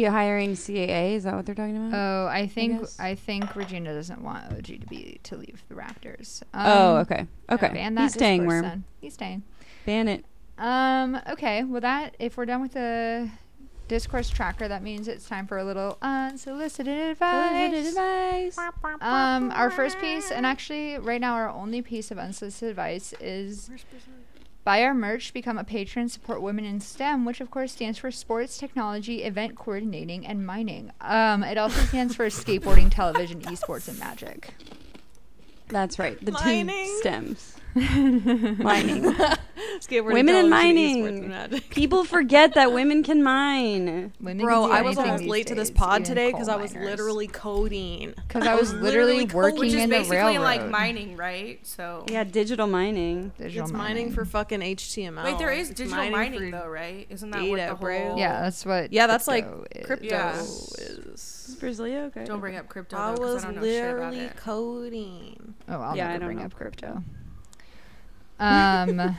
S3: OG hiring CAA? Is that what they're talking about?
S1: Oh, I think
S3: guess.
S1: I, think Regina doesn't want OG to be to leave the Raptors. Um,
S3: oh, okay,
S1: yeah,
S3: okay.
S1: Ban that
S3: He's staying
S1: discourse
S3: where
S1: then. He's staying.
S3: ban it.
S1: Um. Okay. Well, that if we're done with the discourse tracker, that means it's time for a little unsolicited advice. Um. Our first piece, and actually right now our only piece of unsolicited advice is. Buy our merch, become a patron, support women in STEM, which of course stands for sports, technology, event coordinating, and mining. Um, it also stands for skateboarding, television, esports, and magic.
S3: That's right. The
S2: Mining.
S3: two stems. mining.
S2: Skateboarding,
S3: Women
S2: television,
S3: in mining.
S2: esports, and magic.
S3: People forget that women can mine.
S1: Women
S2: Bro,
S1: can do
S2: I was
S1: anything
S2: almost
S1: these
S2: late to this
S1: days,
S2: pod
S1: even
S2: today
S1: coal
S2: because I was
S1: miners.
S2: literally coding.
S1: Because I was literally working
S4: Which is
S1: in the
S4: basically
S1: railroad.
S4: like mining, right? So
S3: Yeah, digital mining.
S1: Digital
S2: It's mining for fucking HTML.
S4: wait, there is
S2: It's
S4: digital
S2: mining
S4: mining,
S2: for-
S4: though, right? Isn't that
S2: data,
S4: what the
S2: bro.
S4: whole?
S1: Yeah, that's what.
S2: Yeah, that's like
S1: is.
S2: crypto
S4: Yeah.
S2: is.
S3: Brasilia, okay.
S4: Don't bring up crypto.
S2: I
S4: though, 'cause
S2: was
S4: I don't know shit about
S2: literally
S4: it.
S2: coding.
S1: Oh, I'll
S3: Yeah, I
S1: never
S3: don't
S1: bring
S3: know
S1: up crypto. Um.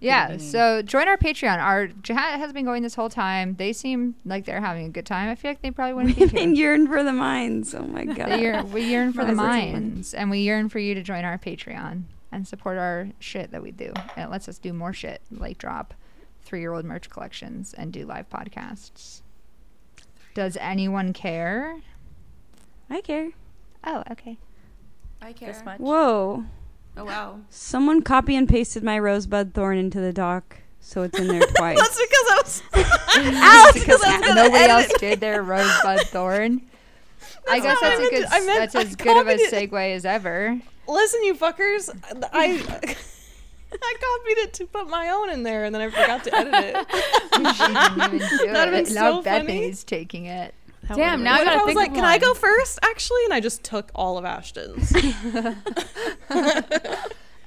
S1: Yeah,
S5: Kidding.
S1: so join our Patreon. Our chat has been going this whole time. They seem like they're having a good time. I feel like they probably wouldn't be here.
S3: Women yearn for the mines. Oh my god.
S1: They yearn- we yearn for the
S3: Mine's a woman.
S1: minds, and we yearn for you to join our Patreon and support our shit that we do. And it lets us do more shit, like drop three-year-old merch collections and do live podcasts. Does anyone care?
S3: I care.
S1: Oh, okay.
S4: I care.
S5: This much.
S3: Whoa.
S4: Oh wow.
S3: Someone copy and pasted my rosebud thorn into the doc, so it's in there twice.
S2: That's because I was.
S1: because
S2: I was gonna
S1: nobody else
S2: edit
S1: did their rosebud thorn. I guess
S2: not
S1: that's a
S2: what I meant
S1: good.
S2: to- I meant-
S1: that's
S2: I
S1: as good of a
S2: copied
S1: segue as ever.
S2: Listen, you fuckers. I. I copied it to put my own in there, and then I forgot to edit it.
S1: She didn't even do
S2: That'd
S1: it.
S2: been
S1: now
S2: so funny.
S1: Bethany's taking it.
S3: That
S5: Damn,
S3: would've
S5: now I
S2: What if
S5: gotta
S2: I was
S5: think
S2: like,
S5: of
S2: "Can I
S5: one."
S2: go first, actually?" And I just took all of Ashton's.
S1: Uh, well,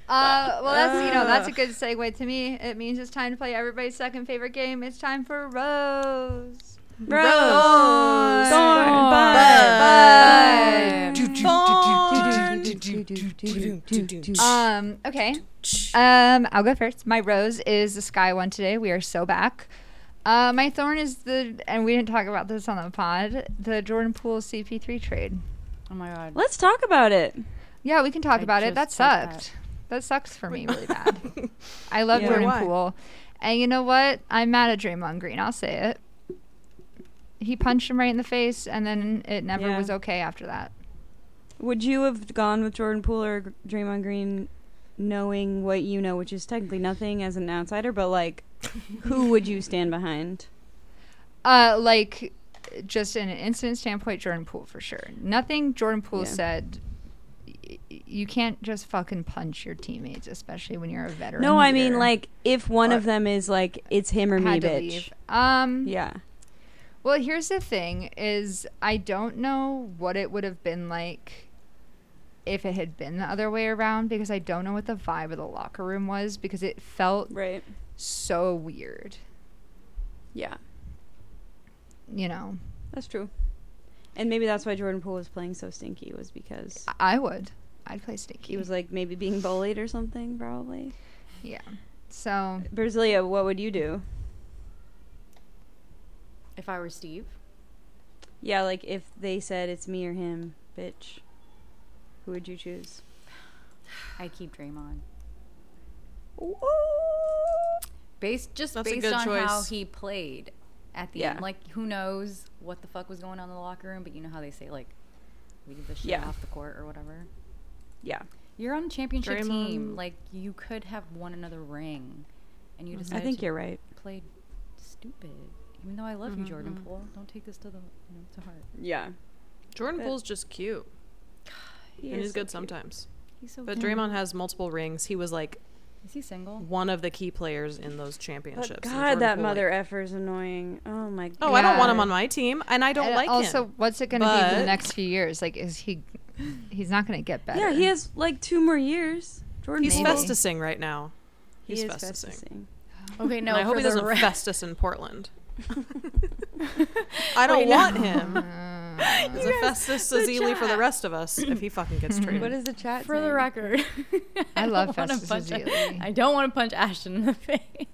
S1: that's you know that's a good segue to me. It means it's time to play everybody's second favorite game. It's time for Rose.
S3: Rose.
S1: Rose.
S3: Thorn.
S1: Bud.
S3: Bud.
S1: Um. Okay. Um. I'll go first. My rose is the sky one today. We are so back. Uh, my thorn is the, and we didn't talk about this on the pod, the Jordan Poole CP3 trade.
S5: Oh my god.
S3: Let's talk about it.
S1: Yeah, we can talk
S5: I
S1: about it. That
S5: just said that.
S1: sucked. That. sucks for me really bad. I love
S3: Yeah.
S1: Jordan
S2: Why?
S1: Poole. And you know what? I'm mad at Draymond Green. I'll say it. He punched him right in the face, and then it never
S3: Yeah.
S1: was okay after that.
S3: Would you have gone with Jordan Poole or G- Draymond Green knowing what you know, which is technically nothing as an outsider, but like who would you stand behind?
S1: Uh, like, just in an incident standpoint, Jordan Poole for sure. Nothing Jordan Poole
S3: Yeah.
S1: said. y- y- You can't just fucking punch your teammates, especially when you're a veteran.
S3: No, I mean
S1: leader.
S3: like if one of
S1: Or-
S3: them is like it's him or me,
S1: Had to
S3: bitch.
S1: leave. Um,
S3: Yeah.
S1: Well, here's the thing is I don't know what it would have been like if it had been the other way around because I don't know what the vibe of the locker room was because it felt
S3: Right.
S1: so weird,
S3: Yeah.
S1: you know.
S3: That's true. And maybe that's why Jordan Poole was playing so stinky was because
S1: I- I would. I'd play stinky.
S3: he was like maybe being bullied or something probably.
S1: yeah. So,
S3: Brasilia, what would you do?
S5: If I were Steve,
S3: Yeah, like if they said it's me or him, bitch. Who would you choose?
S5: I'd keep Draymond.
S3: Ooh.
S5: Based just
S2: That's a
S5: based
S2: good
S5: on how
S2: choice.
S5: he played at the
S3: Yeah.
S5: end. Like who knows what the fuck was going on in the locker room, but you know how they say like leave the shit
S3: Yeah.
S5: off the court or whatever.
S3: Yeah.
S5: You're on a championship team.
S2: Draymond.
S5: Like you could have won another ring and you
S3: Mm-hmm. I
S5: decided
S3: think
S5: to
S3: you're Mm-hmm. right.
S5: play stupid. Even though I love you, Jordan Poole, don't take this to the you know, to heart.
S3: Yeah.
S2: Jordan
S3: But-
S2: Poole's just cute, and he's good sometimes.
S5: He's so
S2: But
S5: cute.
S2: Draymond has multiple rings. He was like
S5: Is he single?
S2: one of the key players in those championships.
S3: But
S2: and
S3: God,
S2: Jordan
S3: that
S2: Poole, like-
S3: mother effer is annoying. Oh my god.
S2: Oh, I don't want him
S1: Yeah.
S2: on my team, and I don't
S1: and
S2: like
S1: also
S2: him.
S1: what's it going to be for the
S2: but-
S1: next few years? Like is he he's not going to get better.
S3: Yeah, he has like two more years. Jordan
S2: He's
S1: Maybe.
S3: Poole.
S2: festusing right now.
S3: He
S2: He's
S3: is
S2: festusing.
S3: festusing.
S5: Okay,
S2: and I hope he doesn't festus in Portland. I don't
S5: Wait, no.
S2: want him.
S1: Uh,
S2: He's a festus as Ely for the rest of us if he fucking gets traded.
S3: What is the chat?
S5: For the
S3: saying?
S5: record,
S1: I
S5: don't
S1: love
S5: wanna
S1: Festus
S5: punch-
S1: Ezeli.
S5: I don't want to punch Ashton in the face.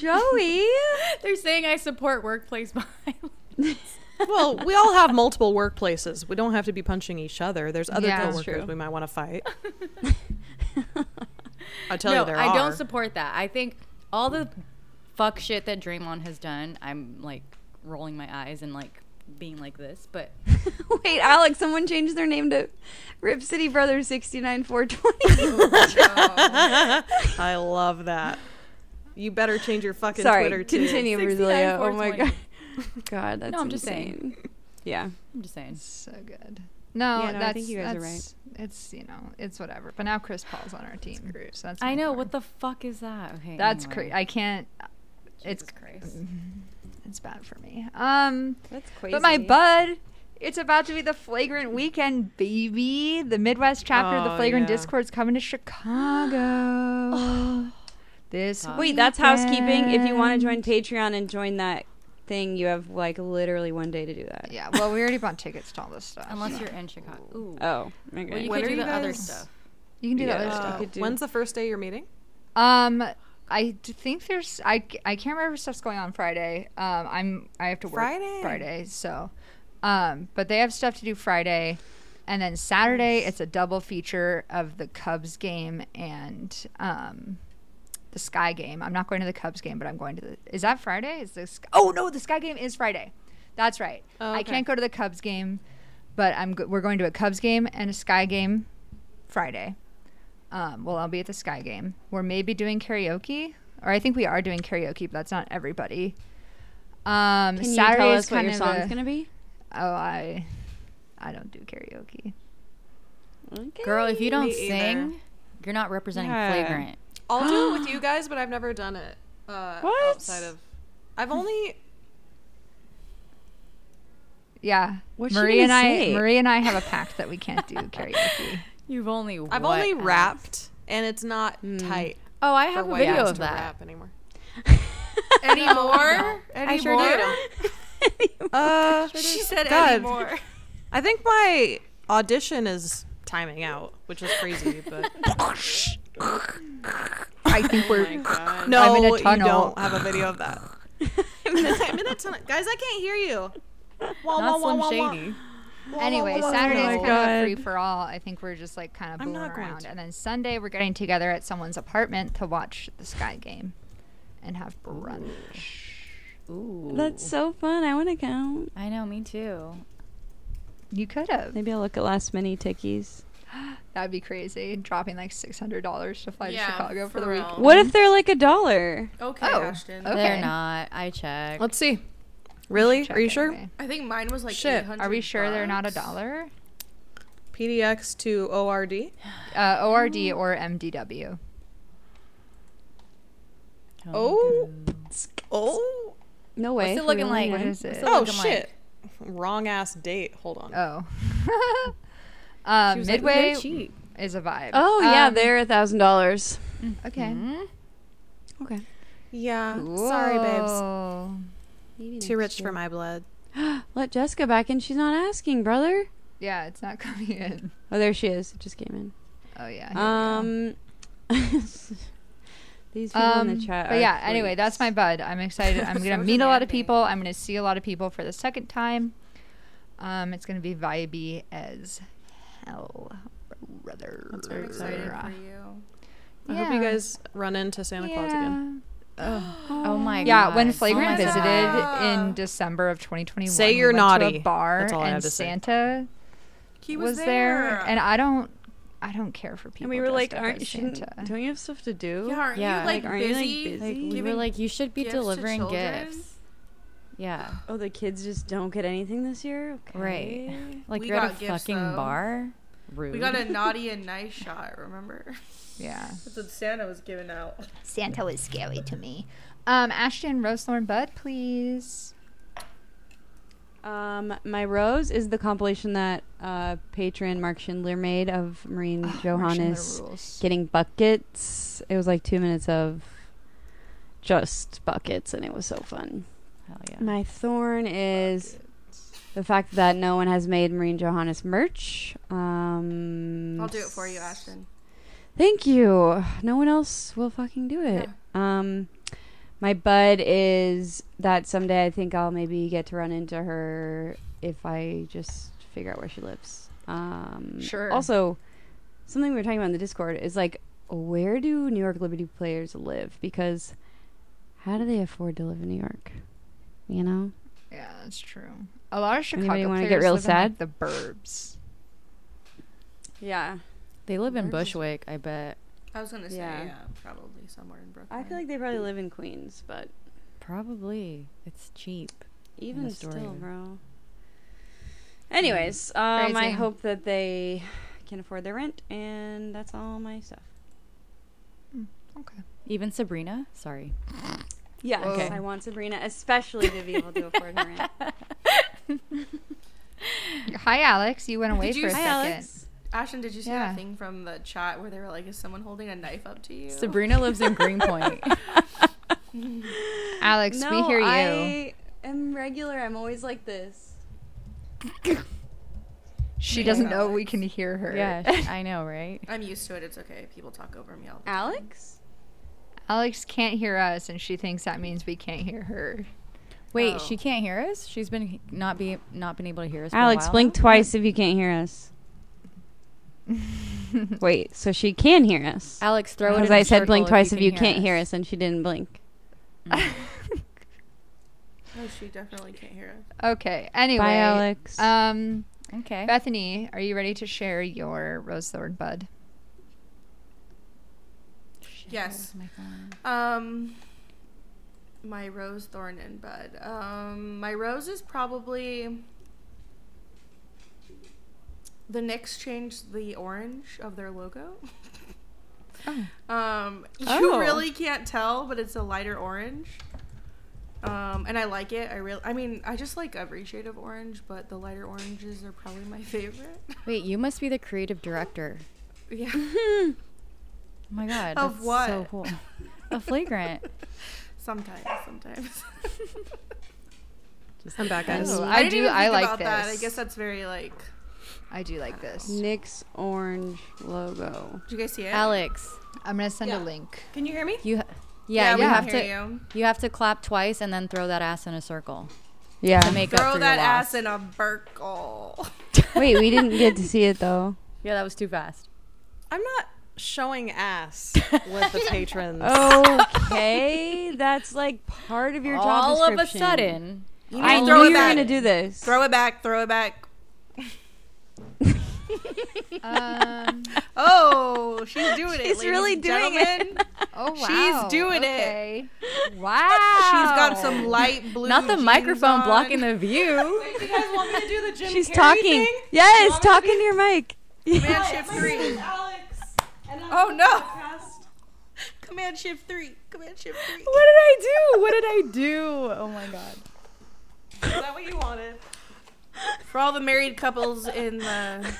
S3: Joey.
S5: They're saying I support workplace violence.
S2: well, we all have multiple workplaces. We don't have to be punching each other. There's other
S1: Yeah. That's
S2: coworkers
S3: true.
S2: we might want to fight. I tell you,
S5: no,
S2: there
S5: I
S2: are.
S5: don't support that. I think all the fuck shit that Draymond has done, I'm like rolling my eyes and like being like this. But
S3: Wait, Alex. Someone changed their name to Rip City Brothers sixty nine four twenty.
S2: I love that. You better change your fucking
S3: Sorry.
S2: Twitter too.
S3: Continue, Brasilia. Oh my
S5: 69,420.
S3: god. God, that's
S5: No, I'm just saying.
S3: insane. Yeah.
S5: I'm just saying.
S1: so good. No,
S3: Yeah, no,
S1: that's,
S3: I think you guys are
S1: that's- It's you know, it's whatever. But now Chris Paul's on our team, so that's
S5: I
S1: my
S5: know
S1: thorn.
S5: what the fuck is that? Okay,
S1: That's
S5: anyway.
S1: crazy. I can't. It's
S5: Jesus Christ.
S1: it's bad for me. Um,
S3: That's crazy.
S1: but my bud, it's about to be the flagrant weekend, baby. The Midwest chapter of the
S2: Oh,
S1: flagrant
S2: yeah.
S1: Discord's coming to Chicago. this
S5: Fuck.
S3: Wait, that's housekeeping. If you want
S1: weekend.
S3: to join Patreon and join that thing, you have like literally one day to do that.
S1: yeah. Well, we already bought tickets to all this stuff.
S5: Unless
S1: so.
S5: you're in Chicago. Ooh.
S3: Oh, okay.
S5: well, you
S2: When
S5: could
S2: are
S5: do
S2: you
S5: the other
S2: guys-
S5: stuff.
S1: you can do the
S3: Yeah.
S1: other
S3: Uh,
S1: stuff.
S2: Wow.
S3: Could do-
S2: When's the first day you're meeting?
S1: Um, I d- think there's I, c- I can't remember if stuff's going on Friday. Um, I'm I have to work
S2: Friday.
S1: Friday, so um, but they have stuff to do Friday, and then Saturday it's a double feature of the Cubs game and um, the Sky game. I'm not going to the Cubs game, but I'm going to the. Is that Friday? Is this? Oh no, the Sky game is Friday. That's right.
S2: Oh,
S1: I
S2: okay.
S1: can't go to the Cubs game. But I'm go- we're going to a Cubs game and a Sky game Friday. Um, well, I'll be at the Sky game. We're maybe doing karaoke, or I think we are doing karaoke, but that's not everybody. Um,
S5: Can you
S1: Saturday
S5: tell
S1: is
S5: us what
S1: kind
S5: your
S1: of
S5: song's
S1: a-
S5: gonna be?
S1: Oh, I, I don't do karaoke.
S3: Girl, if you don't
S2: Me either.
S3: sing, you're not representing
S5: Yeah.
S3: flagrant.
S2: I'll do it with you guys, but I've never done it uh,
S5: What?
S2: outside of. I've only
S1: Yeah,
S5: What's she
S1: Marie and
S5: gonna
S1: I,
S5: say?
S1: Marie and I have a pact that we can't do karaoke.
S3: You've only.
S2: I've
S3: what
S2: only
S3: else?
S2: rapped, and it's not tight.
S3: Oh, I
S2: for
S3: have a
S2: white
S3: video
S2: girls
S3: of
S2: to
S3: that.
S2: rap anymore.
S4: Anymore?
S3: I sure do.
S2: Uh,
S4: She said
S2: God.
S4: anymore.
S2: I think my audition is timing out, which is crazy, but
S1: I think we're
S2: no,
S1: I'm in a
S2: you
S1: tunnel.
S2: don't have a video of that. I'm in a, I'm in a tunnel, guys. I can't hear you. Wah, wah,
S3: Not Slim
S2: wah, wah, wah.
S3: Shady.
S1: Anyway,
S2: whoa,
S1: Saturday's
S2: whoa.
S1: kind
S5: God.
S1: of a free for all. I think we're just like kind of
S2: I'm
S1: fooling
S2: not going
S1: around.
S2: to.
S1: And then Sunday, we're getting together at someone's apartment to watch the Sky game and have brunch.
S3: Ooh.
S5: That's so fun. I want to go.
S3: I know, me too.
S1: You could have.
S5: Maybe I'll look at last minute tickies.
S1: That'd be crazy. Dropping like $600 to fly
S4: Yeah,
S1: to Chicago for,
S4: for
S1: the week.
S4: real.
S5: What if they're like a dollar?
S4: Okay,
S1: Oh.
S4: Ashton.
S1: Okay.
S3: They're not. I checked.
S2: Let's see. Really?
S1: Check
S2: Are you sure?
S1: anyway.
S4: I think mine was like
S2: Shit,
S4: 800
S1: Are we sure they're not a
S4: bucks.
S1: dollar?
S2: PDX to ORD.
S1: Uh, ORD or MDW.
S2: Oh. Oh.
S5: No way.
S3: What's it
S5: for
S3: looking
S5: real?
S3: like?
S1: What
S5: Yeah.
S1: is it?
S3: So
S2: Oh
S3: like, I'm like-
S2: shit. Wrong ass date. Hold on.
S1: Oh. uh,
S3: She was like, "Ooh,
S1: Midway
S3: they're cheap.
S1: is a vibe.
S5: Oh yeah,
S1: Um,
S5: they're a thousand dollars.
S1: Okay.
S3: Mhm.
S5: Okay.
S2: yeah. Mm. Sorry, babes.
S1: Cool.
S2: Too rich for my blood.
S5: Let Jessica back in. She's not asking, brother.
S1: Yeah, it's not coming in.
S5: Oh, there she is. It just came in.
S1: Oh yeah. here we go.
S5: Um, these people in
S1: Um,
S5: the chat.
S1: But
S5: are
S1: yeah, anyway, that's my
S5: freaks.
S1: bud. I'm excited. I'm gonna
S4: Sounds
S1: meet a lot of
S4: demanding.
S1: people. I'm gonna see a lot of people for the second time. Um, it's gonna be vibey as hell, brother. That's
S4: I'm excited for you.
S2: I hope you guys run into Santa Claus again.
S3: Oh my god.
S1: Yeah, when
S3: Oh my
S1: Flagrant
S3: God.
S1: visited in December of 2021,
S2: Say you're
S1: we went To
S2: naughty.
S1: a bar
S2: That's all I
S1: and
S2: have to say.
S1: Santa
S4: He
S1: was, there. and I don't, I don't care for people.
S5: And we were like,
S1: dressed up
S5: aren't
S1: as
S5: shouldn't-
S1: Santa.
S5: Don't you have stuff to do?
S4: yeah, aren't
S3: Yeah,
S4: you like,
S5: like, aren't you, like, busy?
S4: busy?
S3: Like, we were
S4: giving
S3: like, you should be
S4: gifts to
S3: delivering
S4: children?
S3: gifts. Yeah.
S5: Oh, the kids just don't get anything this year. Okay.
S3: Right. Like
S4: We
S3: you're at a
S4: got gifts,
S3: fucking
S4: though.
S3: bar. Rude.
S4: We got a naughty and nice shot, remember?
S1: Yeah.
S4: That's what Santa was giving out.
S1: Santa was scary to me. Um, Ashton, Rose Thorn Bud, please.
S5: Um, my rose is the compilation that uh, patron Mark Schindler made of Marine Johannes getting buckets. It was like two minutes of just buckets, and it was so fun.
S3: Hell yeah.
S5: My thorn is the fact that no one has made Marine Johannes merch. Um,
S4: I'll do it for you, Ashton.
S5: Thank you. No one else will fucking do it. Um, my bud is that someday I think I'll maybe get to run into her if I just figure out where she lives. Um,
S1: Sure.
S5: Also, something we were talking about in the Discord is like, where do New York Liberty players live? Because how do they afford to live in New York? You know,
S1: Yeah, that's true. A lot of Chicago
S5: Anybody wanna
S1: players
S5: get real
S1: live in, like,
S5: sad?
S1: the burbs.
S5: yeah.
S3: They live
S5: Where
S3: in
S5: does-
S3: Bushwick, I bet.
S4: I was gonna say,
S5: Yeah.
S4: yeah, probably somewhere in Brooklyn.
S5: I feel like they probably live in Queens, but
S3: Probably. It's cheap.
S5: even
S3: the story.
S5: still, bro. Anyways, um, I
S1: Crazy.
S5: hope that they can afford their rent, and that's all my stuff.
S1: Okay.
S3: Even Sabrina? Sorry.
S5: Yeah,
S1: Okay.
S5: I want Sabrina especially to be able to afford her rent.
S1: Hi, Alex. You went away
S4: Did
S1: for
S4: you-
S1: a
S4: Hi,
S1: second.
S4: Ashton, did you see
S1: Yeah.
S4: that thing from the chat where they were like, "Is someone holding a knife up to you?"
S3: Sabrina lives in Greenpoint.
S1: Alex, we hear you.
S5: I am regular. I'm always like this.
S1: She
S4: Hey,
S1: doesn't know
S4: Alex.
S1: we can hear her.
S3: yeah, sh- I know, right?
S4: I'm used to it. It's okay. People talk over me all the time.
S5: Alex?
S1: Alex can't hear us, and she thinks that means we can't hear her.
S3: Wait,
S4: Oh.
S3: she can't hear us? She's been not be not been able to hear us. for a
S5: Alex,
S3: while
S5: blink
S3: now?
S5: twice if you can't hear us. Wait, so she can hear us.
S3: Alex, throw it
S5: Because
S3: in a
S5: I said
S3: circle
S5: blink twice if you
S3: can
S5: can't hear us, and she didn't blink. Mm.
S4: Oh. No, she definitely can't hear us.
S1: Okay. Anyway.
S5: Bye, Alex.
S1: Um,
S5: Okay.
S1: Bethany, are you ready to share your rose thorn bud?
S5: Shit,
S4: Yes.
S5: where's my phone?
S4: Um, my rose, thorn, and bud. Um, my rose is probably the Knicks changed the orange of their logo. Um, you
S2: Oh.
S4: really can't tell, but it's a lighter orange. Um, and I like it. I really, I mean, I just like every shade of orange, but the lighter oranges are probably my favorite.
S5: Wait, you must be the creative director.
S4: yeah.
S5: Oh my god.
S4: Of
S5: that's
S4: what?
S5: So cool. A flagrant.
S4: Sometimes, sometimes.
S2: I'm back, guys.
S1: Ooh,
S4: I
S1: I
S4: didn't
S1: do.
S4: even
S1: I
S4: think
S1: like
S4: about
S1: this.
S4: that. I guess that's very like.
S1: I do like this.
S3: Nick's orange logo.
S4: Did you guys see it?
S5: Alex,
S1: I'm gonna send
S2: Yeah.
S1: a link.
S2: Can you hear me?
S5: you. Yeah,
S4: we
S5: you
S4: can
S5: have
S4: hear
S5: to.
S4: you.
S5: You have to clap twice and then throw that ass in a circle
S3: Yeah.
S5: to make up
S4: Throw
S5: for
S4: that
S5: your
S4: ass
S5: loss.
S4: in a burkle.
S3: Wait, we didn't get to see it though.
S5: yeah, that was too fast.
S2: I'm not showing ass with the patrons.
S3: Okay, that's like part of your job
S5: All of a
S3: description.
S5: sudden,
S4: You
S3: I
S4: need to
S3: knew
S4: throw
S3: you
S4: it
S3: were
S4: back.
S3: gonna do this.
S4: Throw it back. Throw it back.
S1: Um,
S4: Oh, she's doing it.
S3: She's
S4: ladies
S3: really
S4: and
S3: doing it.
S4: gentlemen. it.
S1: oh
S4: She's
S1: wow.
S4: doing it.
S1: okay. it. Wow.
S4: She's got some light blue.
S5: not the
S4: jeans
S5: microphone
S4: on.
S5: blocking the view.
S2: you guys want me to do the Jim
S3: She's talking. Yes, talking to your mic.
S4: Command shift three.
S2: Alex.
S4: Oh no. Command shift three. Command shift three.
S5: What did I do? What did I do? Oh my god.
S2: Is that what you wanted?
S4: For all the married couples in the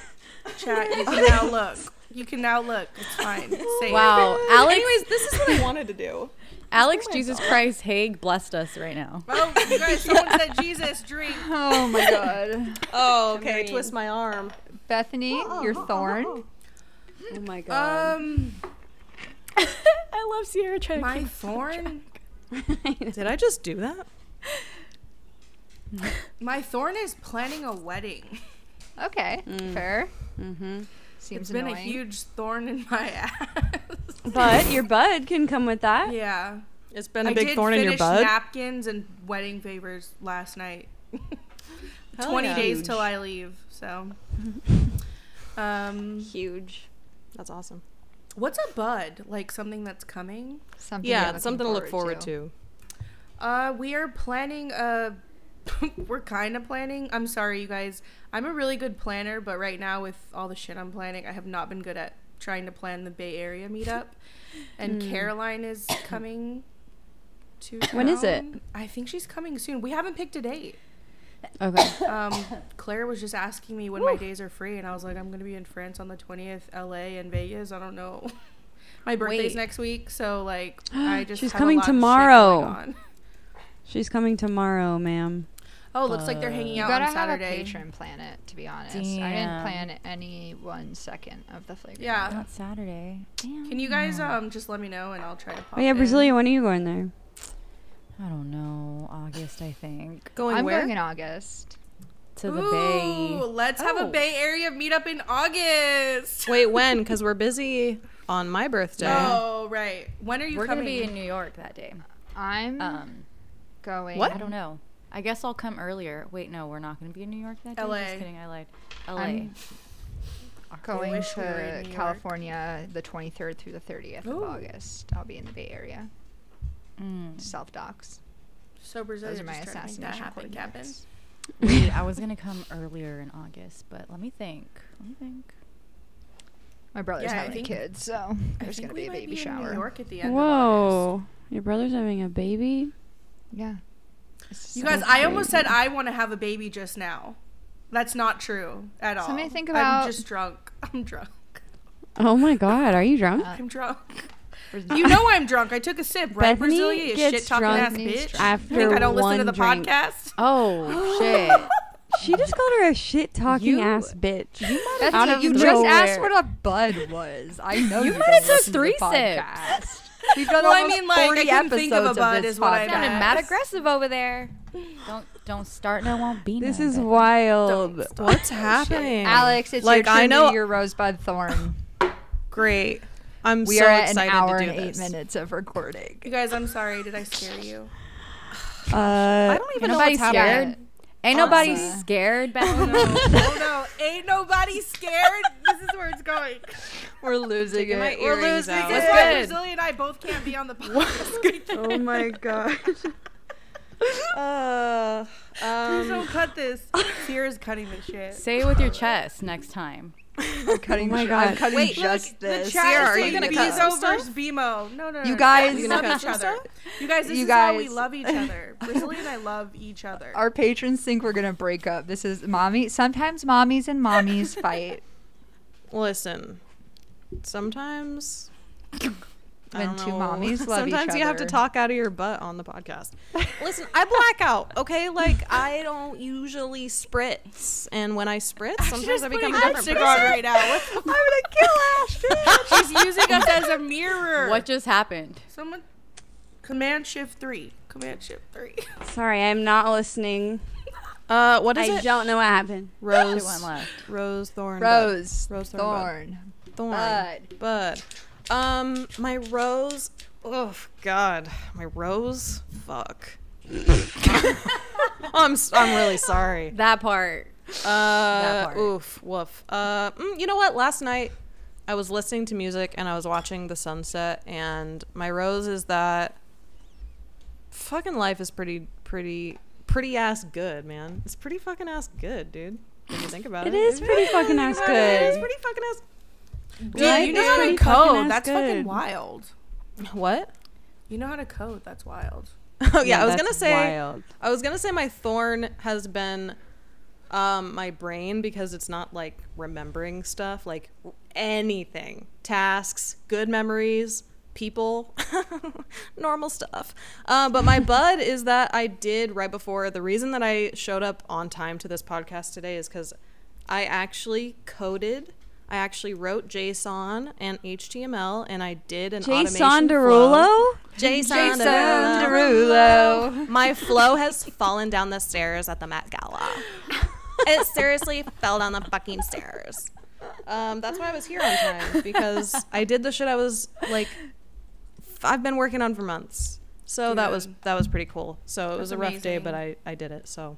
S4: chat, you can now look. You can now look. It's fine. It's safe.
S5: Wow, Alex,
S2: Anyways, this is what I wanted to do.
S5: Alex, Jesus Christ, Haig blessed us right now.
S4: Oh, you guys, someone said Jesus drink.
S1: Oh my god.
S2: Oh, okay. Twist my arm.
S1: Bethany, your thorn.
S4: Mm.
S3: Oh my god.
S4: Um,
S5: I love Sierra trying
S4: my thorn.
S2: Did I just do that?
S4: My thorn is planning a wedding.
S1: Okay. Fair.
S3: mm-hmm.
S1: Seems
S4: It's been
S1: annoying.
S4: a huge thorn in my ass.
S3: But your bud can come with that.
S4: yeah.
S2: It's been a
S4: I
S2: big
S4: did
S2: thorn in your
S4: finish
S2: bud.
S4: napkins and wedding favors last night.
S2: Hell
S4: 20
S2: yeah.
S4: days till I leave, so. um,
S3: Huge.
S2: That's awesome.
S4: what's a bud? Like something that's coming?
S1: something. you're
S2: Yeah,
S1: looking
S2: it's something to look forward to.
S4: Uh, we are planning a. we're kind of planning. I'm sorry, you guys. I'm a really good planner, but right now with all the shit I'm planning, I have not been good at trying to plan the Bay Area meetup. And Caroline is coming. To
S3: Hmm. When is it?
S4: town. I think she's coming soon. We haven't picked a date.
S3: Okay.
S4: Um, Claire was just asking me when my days are free, and I was like, I'm gonna be in France on the 20th, LA, and Vegas. I don't know. My birthday's
S5: Wait.
S4: next week, so like, I just
S3: She's
S4: have a
S3: coming
S4: lot of shit going
S3: tomorrow.
S4: on.
S3: She's coming tomorrow, ma'am.
S4: Oh, looks like they're hanging
S1: Uh, You
S4: out
S1: gotta
S4: on
S1: have a
S4: Saturday.
S1: patron plan it, to be honest. I didn't
S5: Damn.
S1: plan any one second of the flavor.
S4: Yeah.
S5: Not Saturday. Damn.
S4: Can you guys um just let me know and I'll try to pop
S3: Oh yeah,
S4: in.
S3: Brasilia, when are you going there?
S5: I don't know. August, I think.
S2: Going
S1: I'm
S2: where?
S1: going in August.
S5: To the
S4: Ooh,
S5: Bay.
S4: let's have a
S2: Oh.
S4: Bay Area meetup in August.
S2: Wait, when? Because we're busy on my birthday.
S4: Oh, right. When are you
S5: We're
S4: coming?
S5: gonna be in New York that day.
S1: I'm
S5: Um,
S1: going.
S5: I don't know. I guess I'll come earlier. Wait, no, we're not gonna be in New York that day.
S4: LA.
S5: Just kidding, I lied. LA.
S1: I'm going
S4: wish we were in
S1: to
S4: New York.
S1: California the 23rd through the 30th
S4: Ooh. Mm-hmm.
S1: of August. I'll be in the Bay Area.
S5: Mm.
S1: Self docs.
S4: so Brasilia
S1: Those are my
S4: just trying to make that
S1: assassination
S4: happen, Captain.
S1: coordinates.
S5: Wait, I was gonna come earlier in August, but let me think. Let me think.
S1: My brother's
S4: Yeah, I
S1: having a
S4: think-
S1: kid, so
S4: I
S1: there's
S4: think
S1: gonna
S4: we
S1: be a
S4: might
S1: baby
S4: in
S1: shower.
S4: New York at the end. of August.
S3: Whoa. Your brother's having a baby?
S1: Yeah. It's
S4: You
S1: so-
S4: guys, I almost said I want to have a baby just now. That's not true at all.
S1: Somebody think about-
S4: I'm just drunk. I'm drunk.
S3: Oh my god, are you drunk?
S1: Uh,
S4: I'm drunk.
S1: Bris-
S4: You know I'm drunk. I took a sip, right?
S3: Bethany
S4: Brasilia, you
S3: gets
S4: shit talking
S3: drunk
S4: ass bitch.
S3: after
S4: I think I don't
S3: one
S4: listen to the
S3: drink.
S4: podcast.
S5: Oh shit.
S3: She just called her a shit talking
S5: You-
S3: ass bitch.
S1: Bethany,
S3: out of
S1: you just asked
S3: nowhere.
S1: what a bud was. I know you,
S5: You
S1: don't
S5: might have took
S1: listen to the
S5: three sips.
S1: podcast. We've done
S4: Well, I
S1: almost
S4: mean, like, I
S1: 40
S4: couldn't think of a
S1: episodes
S4: bud
S1: this
S4: is what I
S1: podcast.
S5: Sounded
S4: Yes.
S5: mad aggressive over there. Don't don't start no won't be
S3: This
S5: none,
S3: is
S5: but-
S3: wild.
S2: What's happening?
S1: Alex, it's
S2: Like,
S1: your
S2: I
S1: turn to
S2: know-
S1: do your rosebud thorn.
S2: Great. I'm
S1: We
S2: so
S1: are at an
S2: excited
S1: hour
S2: to do
S1: and eight
S2: this.
S1: minutes of recording.
S4: You guys, I'm sorry. Did I scare you?
S3: Uh,
S2: I don't even know
S5: Nobody
S2: what's happening.
S5: scared. Ain't nobody
S1: Awesome.
S5: scared back
S4: Oh no, oh no. Ain't nobody scared. This is where it's going.
S1: We're losing
S2: Taking my
S1: it. We're
S2: earrings
S1: losing
S2: out.
S1: it.
S2: What's
S4: That's why
S5: good?
S4: Rosalie and I both can't be on the podcast.
S3: Oh my god.
S2: Uh,
S4: Please
S2: um,
S4: don't cut this. Sierra's cutting this shit.
S5: Say it with your chest next time.
S1: I'm cutting.
S3: Oh my
S1: ju- I'm
S3: God.
S1: cutting
S2: Wait,
S1: just this.
S4: The chat
S2: Sierra,
S4: is
S2: are you
S4: saying
S2: gonna
S4: Bezo
S2: cut some
S4: versus BMO. No, no, no. no.
S1: guys-
S4: we
S1: You
S2: gonna
S4: love each
S2: cut some
S4: other. You guys, this
S1: You
S4: is how we
S1: guys-
S4: love each other. Rosalie and I love each other.
S1: Our patrons think we're gonna break up. This is mommy. Sometimes mommies and mommies fight.
S2: listen. Sometimes I
S1: When
S2: don't
S1: two
S2: know.
S1: mommies love each
S2: Sometimes you have to
S1: other.
S2: talk out of your butt on the podcast. Listen, I black out. Okay, like I don't usually spritz, and when I spritz, sometimes I become a different
S4: lipstick
S2: person.
S4: on right now. What the
S1: I'm gonna kill Ashton.
S4: She's using us as a mirror.
S5: What just happened?
S4: Someone. Command shift three. Command shift three.
S3: Sorry, I'm not listening.
S2: Uh, what is
S3: I
S2: it?
S3: don't know what happened.
S5: She
S2: Rose,
S5: went left.
S2: Rose Thorn, Bud.
S1: Rose,
S2: Rose thorn
S1: thorn,
S2: Thorn,
S1: bud.
S2: Bud. Um, my rose. Oh God, my rose. Fuck. I'm s- I'm really sorry.
S5: That part.
S2: Uh,
S5: part.
S2: oof, woof. Uh, mm, you know what? Last night I was listening to music and I was watching the sunset, and my rose is that fucking life is pretty, pretty, pretty ass good, man. It's pretty fucking ass good, dude. If you think about it,
S3: It is pretty fucking ass
S2: Think about it, It is
S3: good.
S2: pretty fucking ass.
S4: Dude,
S3: Life
S4: you
S3: is
S4: know how to
S3: pretty fucking ass
S4: code. That's fucking
S3: good.
S4: wild.
S2: What?
S4: You know how to code. That's wild.
S2: Oh yeah, I was
S3: that's
S2: gonna say.
S3: wild.
S2: I was gonna say my thorn has been um, my brain because it's not like remembering stuff, like anything, tasks, good memories, people, normal stuff. Uh, but my bud is that I did right before. The reason that I showed up on time to this podcast today is because I actually coded. I actually wrote JSON and HTML, and I did an
S3: Jason
S2: automation flow.
S3: Derulo?
S2: JSON
S1: Jason
S2: Derulo.
S1: Derulo.
S2: My flow has fallen down the stairs at the Met Gala. It seriously fell down the fucking stairs. Um, that's why I was here on time because I did the shit I was like, f- I've been working on for months. So that was
S4: Dude.
S2: that was pretty cool. So it was
S4: That's
S2: a rough day,
S4: amazing.
S2: but I I did it. So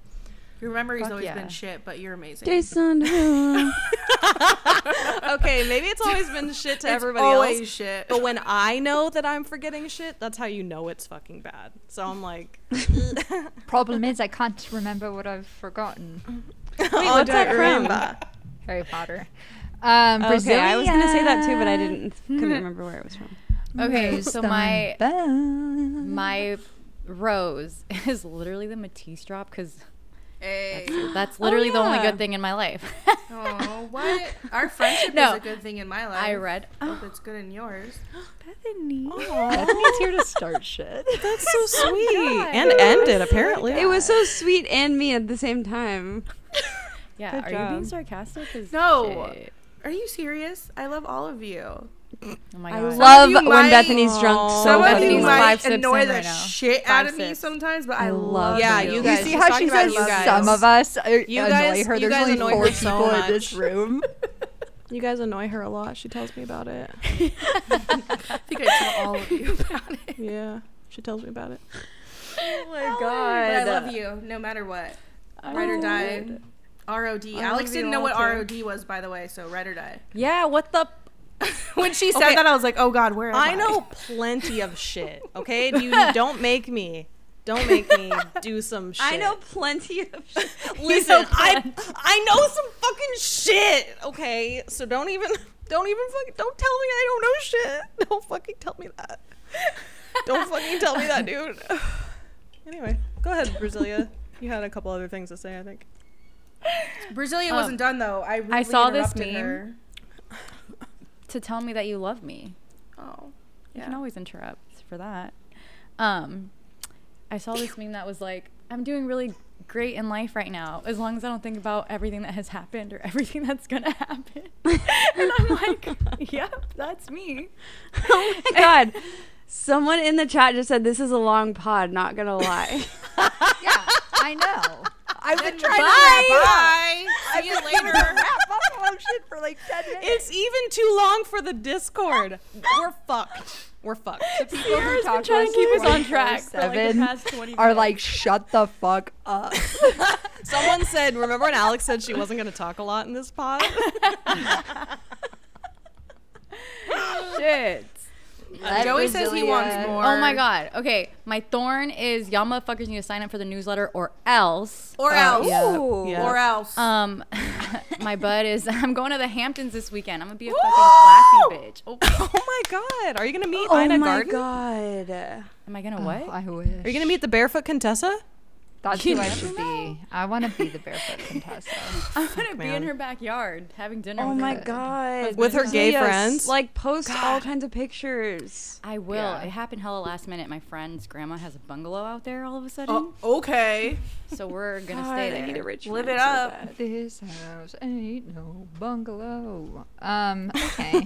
S4: Your memory's
S1: Fuck
S4: always
S1: yeah.
S4: been shit, but you're amazing.
S3: Jason Derulo.
S2: okay, maybe it's always been shit to
S4: It's
S2: everybody
S4: always
S2: else. Oh.
S4: shit.
S2: But when I know that I'm forgetting shit, that's how you know it's fucking bad. So I'm like,
S1: Problem is, I can't remember what I've forgotten.
S2: Wait,
S3: what's that from?
S1: Harry Potter. Um,
S3: okay, I was gonna say that too, but I
S1: Brasilia.
S3: didn't couldn't remember where it was from.
S5: Okay, so my
S1: Bud.
S5: my rose is literally the Matisse drop because
S4: Hey.
S5: that's literally the only
S3: Oh, yeah.
S5: good thing in my life.
S4: Oh, what? Our friendship
S5: No.
S4: is a good thing in my life.
S5: I read.
S4: Hope it's good in yours.
S1: Bethany's here to start shit.
S2: That's so sweet.
S5: God.
S2: and ended apparently.
S3: It was so sweet and me at the same time.
S5: Yeah,
S3: Good
S5: are you being
S3: job.
S5: sarcastic? 'Cause
S4: No.
S5: shit.
S4: Are you serious? I love all of you.
S5: Oh my
S3: I
S5: god.
S3: love
S4: you
S3: when
S4: might-
S3: Bethany's drunk
S2: Aw.
S3: so
S4: Some of
S5: Bethany
S4: you
S3: fucking much.
S5: might-
S4: might
S5: Five sips
S4: annoy
S5: in
S4: the
S5: right now.
S4: shit out
S5: Five
S4: of me
S5: sips.
S4: sometimes, but I,
S3: I
S4: love
S3: love Yeah,
S2: you. you
S1: You
S2: guys-
S1: see
S2: she's
S1: how
S2: talking
S1: she
S2: about
S1: says
S2: you guys.
S1: some of us uh,
S2: You
S1: annoy
S2: guys-
S1: her.
S2: you
S1: There's
S2: guys
S1: only
S2: annoy
S1: four
S2: her
S1: people
S2: so
S1: in this
S2: much.
S1: room.
S2: You guys annoy her a lot. She tells me about it.
S4: I think I tell all of you about it.
S2: Yeah. She tells me about it.
S1: Oh my god!
S4: But I love you no matter what. Ride or die. ROD. Alex
S1: love
S4: didn't
S1: you
S4: know what
S1: all, too.
S4: ROD was, by the way, so ride or die.
S5: Yeah, what the?
S4: when she said
S2: Okay.
S4: that, I was like, oh God, where am I?
S2: I know plenty of shit. Okay? You don't make me. Don't make me do some shit.
S3: I know plenty of shit.
S2: Listen, I I know some fucking shit. Okay? So don't even don't even fucking don't tell me I don't know shit. Don't fucking tell me that. Don't fucking tell me that, dude. anyway, go ahead, Brasilia. You had a couple other things to say, I think.
S4: Brasilia
S5: Um,
S4: wasn't done though. I, rudely
S5: saw this
S4: interrupted
S5: meme.
S4: her.
S5: To tell me that you love me.
S4: Oh,
S5: You
S4: yeah.
S5: can always interrupt for that. Um, I saw this meme that was like, I'm doing really great in life right now, as long as I don't think about everything that has happened or everything that's gonna happen. and I'm like, yep, that's me.
S3: oh my god. Someone in the chat just said this is a long pod, not gonna lie.
S1: Yeah, I know. I've been trying
S4: Bye. See you
S1: to
S4: later.
S1: wrap up all shit for like ten minutes.
S2: It's even too long for the Discord. We're fucked. We're fucked.
S5: Sierra's been
S1: talk to
S5: trying
S1: us
S5: to keep us on track for like the
S1: 24/7
S5: past 20
S1: Are
S5: minutes.
S1: like, shut the fuck up.
S2: Someone said, remember when Alex said she wasn't going to talk a lot in this pod?
S5: shit.
S1: Let
S4: Joey says he wants
S1: Brasilia-
S4: more.
S5: Oh my god. Okay, my thorn is y'all motherfuckers need to sign up for the newsletter or else.
S4: Or else.
S2: yeah, yeah.
S4: Or else.
S5: Um, my bud is I'm going to the Hamptons this weekend. I'm gonna be a fucking classy bitch. Oh,
S2: oh my God. Are you going to meet
S3: Oh
S2: Ina
S3: my
S2: Garden?
S3: god.
S5: am I gonna
S1: Oh,
S5: what?
S1: I wish.
S2: Are you going to meet the Barefoot Contessa?
S1: That's
S5: You
S1: who I
S5: never
S1: should be. I want to be the barefoot contessa.
S5: I'm gonna be in
S2: man.
S5: her backyard having dinner.
S3: Oh
S5: with
S3: my
S5: her.
S3: god.
S2: With her gay
S3: Yes,
S2: friends?
S3: Like post all kinds of pictures.
S5: I will.
S1: Yeah.
S5: It happened hella last minute. My friend's grandma has a bungalow out there all of a sudden,
S4: Oh, okay.
S5: so we're gonna
S3: God,
S5: stay
S3: I need a
S5: there.
S3: rich
S4: Live
S3: man
S4: it
S3: so
S4: up.
S3: bad.
S1: this house ain't no bungalow. Um, okay.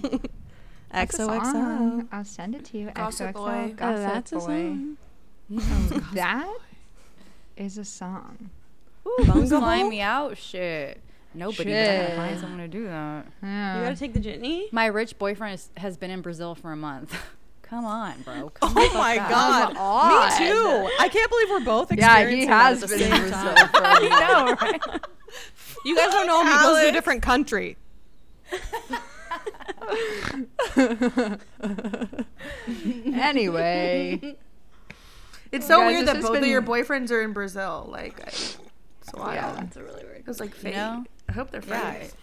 S1: That's a
S2: XOXO.
S1: song. I'll send it to you.
S4: Gossip
S1: XOXO.
S4: Boy.
S3: Oh,
S1: Gossip
S3: that's
S1: boy.
S3: a song.
S1: That is a song.
S5: Who's flying me out? Shit. Nobody. But I'm
S1: Shit.
S5: gonna find someone to do that.
S1: Hmm.
S3: You
S1: Yeah.
S3: gotta take the jitney.
S5: My rich boyfriend is, has been in Brazil for a month. Come on, bro. Come the
S2: Oh
S5: fuck
S2: my
S5: up.
S2: God.
S1: on.
S2: Me too. I can't believe we're both
S1: Yeah,
S2: experiencing
S1: he
S2: that
S1: has
S2: at the
S1: been in
S2: same
S1: Brazil
S2: time.
S1: for a while.
S5: No, right?
S2: You guys don't know him. He goes to a
S4: Alex.
S2: different country.
S1: Anyway,
S4: It's so
S1: Guys,
S4: weird
S1: Oh, this
S4: that
S1: has
S4: both of
S1: been-
S4: your boyfriends are in Brazil. Like, I, it's wild.
S1: yeah.
S3: That's a really weird.
S4: It was like
S5: You
S4: fake.
S5: know?
S4: I hope they're friends.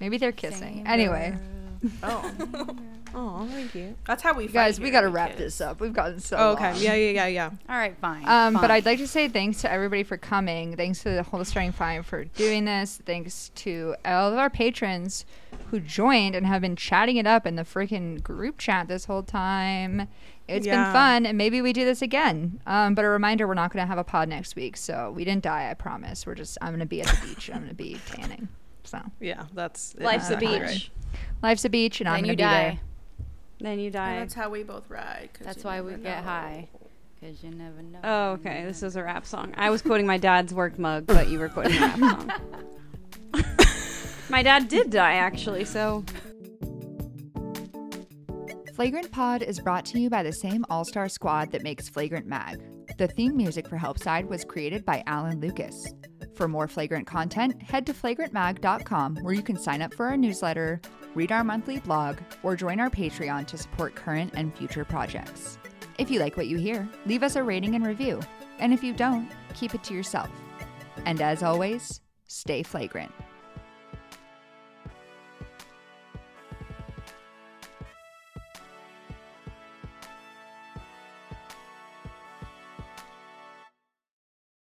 S1: Maybe they're kissing. Anyway,
S4: Oh,
S2: Oh, thank you.
S4: that's how we.
S1: you guys,
S4: fight
S1: we
S4: here,
S1: gotta
S4: we
S1: wrap
S4: kids.
S1: this up. We've gotten so.
S2: Oh, okay.
S1: long.
S2: Yeah, yeah, yeah, yeah.
S5: All right, fine.
S1: Um, but
S5: fine.
S1: I'd like to say thanks to everybody for coming. Thanks to the whole starting five for doing this. Thanks to all of our patrons who joined and have been chatting it up in the freaking group chat this whole time. It's
S2: Yeah.
S1: been fun, and maybe we do this again. Um, but a reminder, we're not going to have a pod next week, so we didn't die. I promise. We're just I'm going to be at the beach. I'm going to be tanning. So
S2: Yeah, that's
S3: Life's a
S2: exactly
S3: beach.
S2: right.
S1: life's a beach, and I'm
S5: then
S1: going
S5: you
S1: to be
S5: die.
S1: there.
S3: Then you
S4: And
S3: die.
S4: that's how we both ride. 'cause
S5: That's
S4: you
S5: why we
S4: never
S5: get
S4: know.
S5: high. Because you never know.
S3: Oh, okay. This is a rap song. I was quoting my dad's work mug, but you were quoting a rap song. my dad did die, actually, so.
S1: Flagrant Pod is brought to you by the same all star squad that makes Flagrant Mag. The theme music for Helpside was created by Alan Lucas. For more flagrant content, head to flagrantmag.com where you can sign up for our newsletter, read our monthly blog, or join our Patreon to support current and future projects. If you like what you hear, leave us a rating and review. And if you don't, keep it to yourself. And as always, stay flagrant.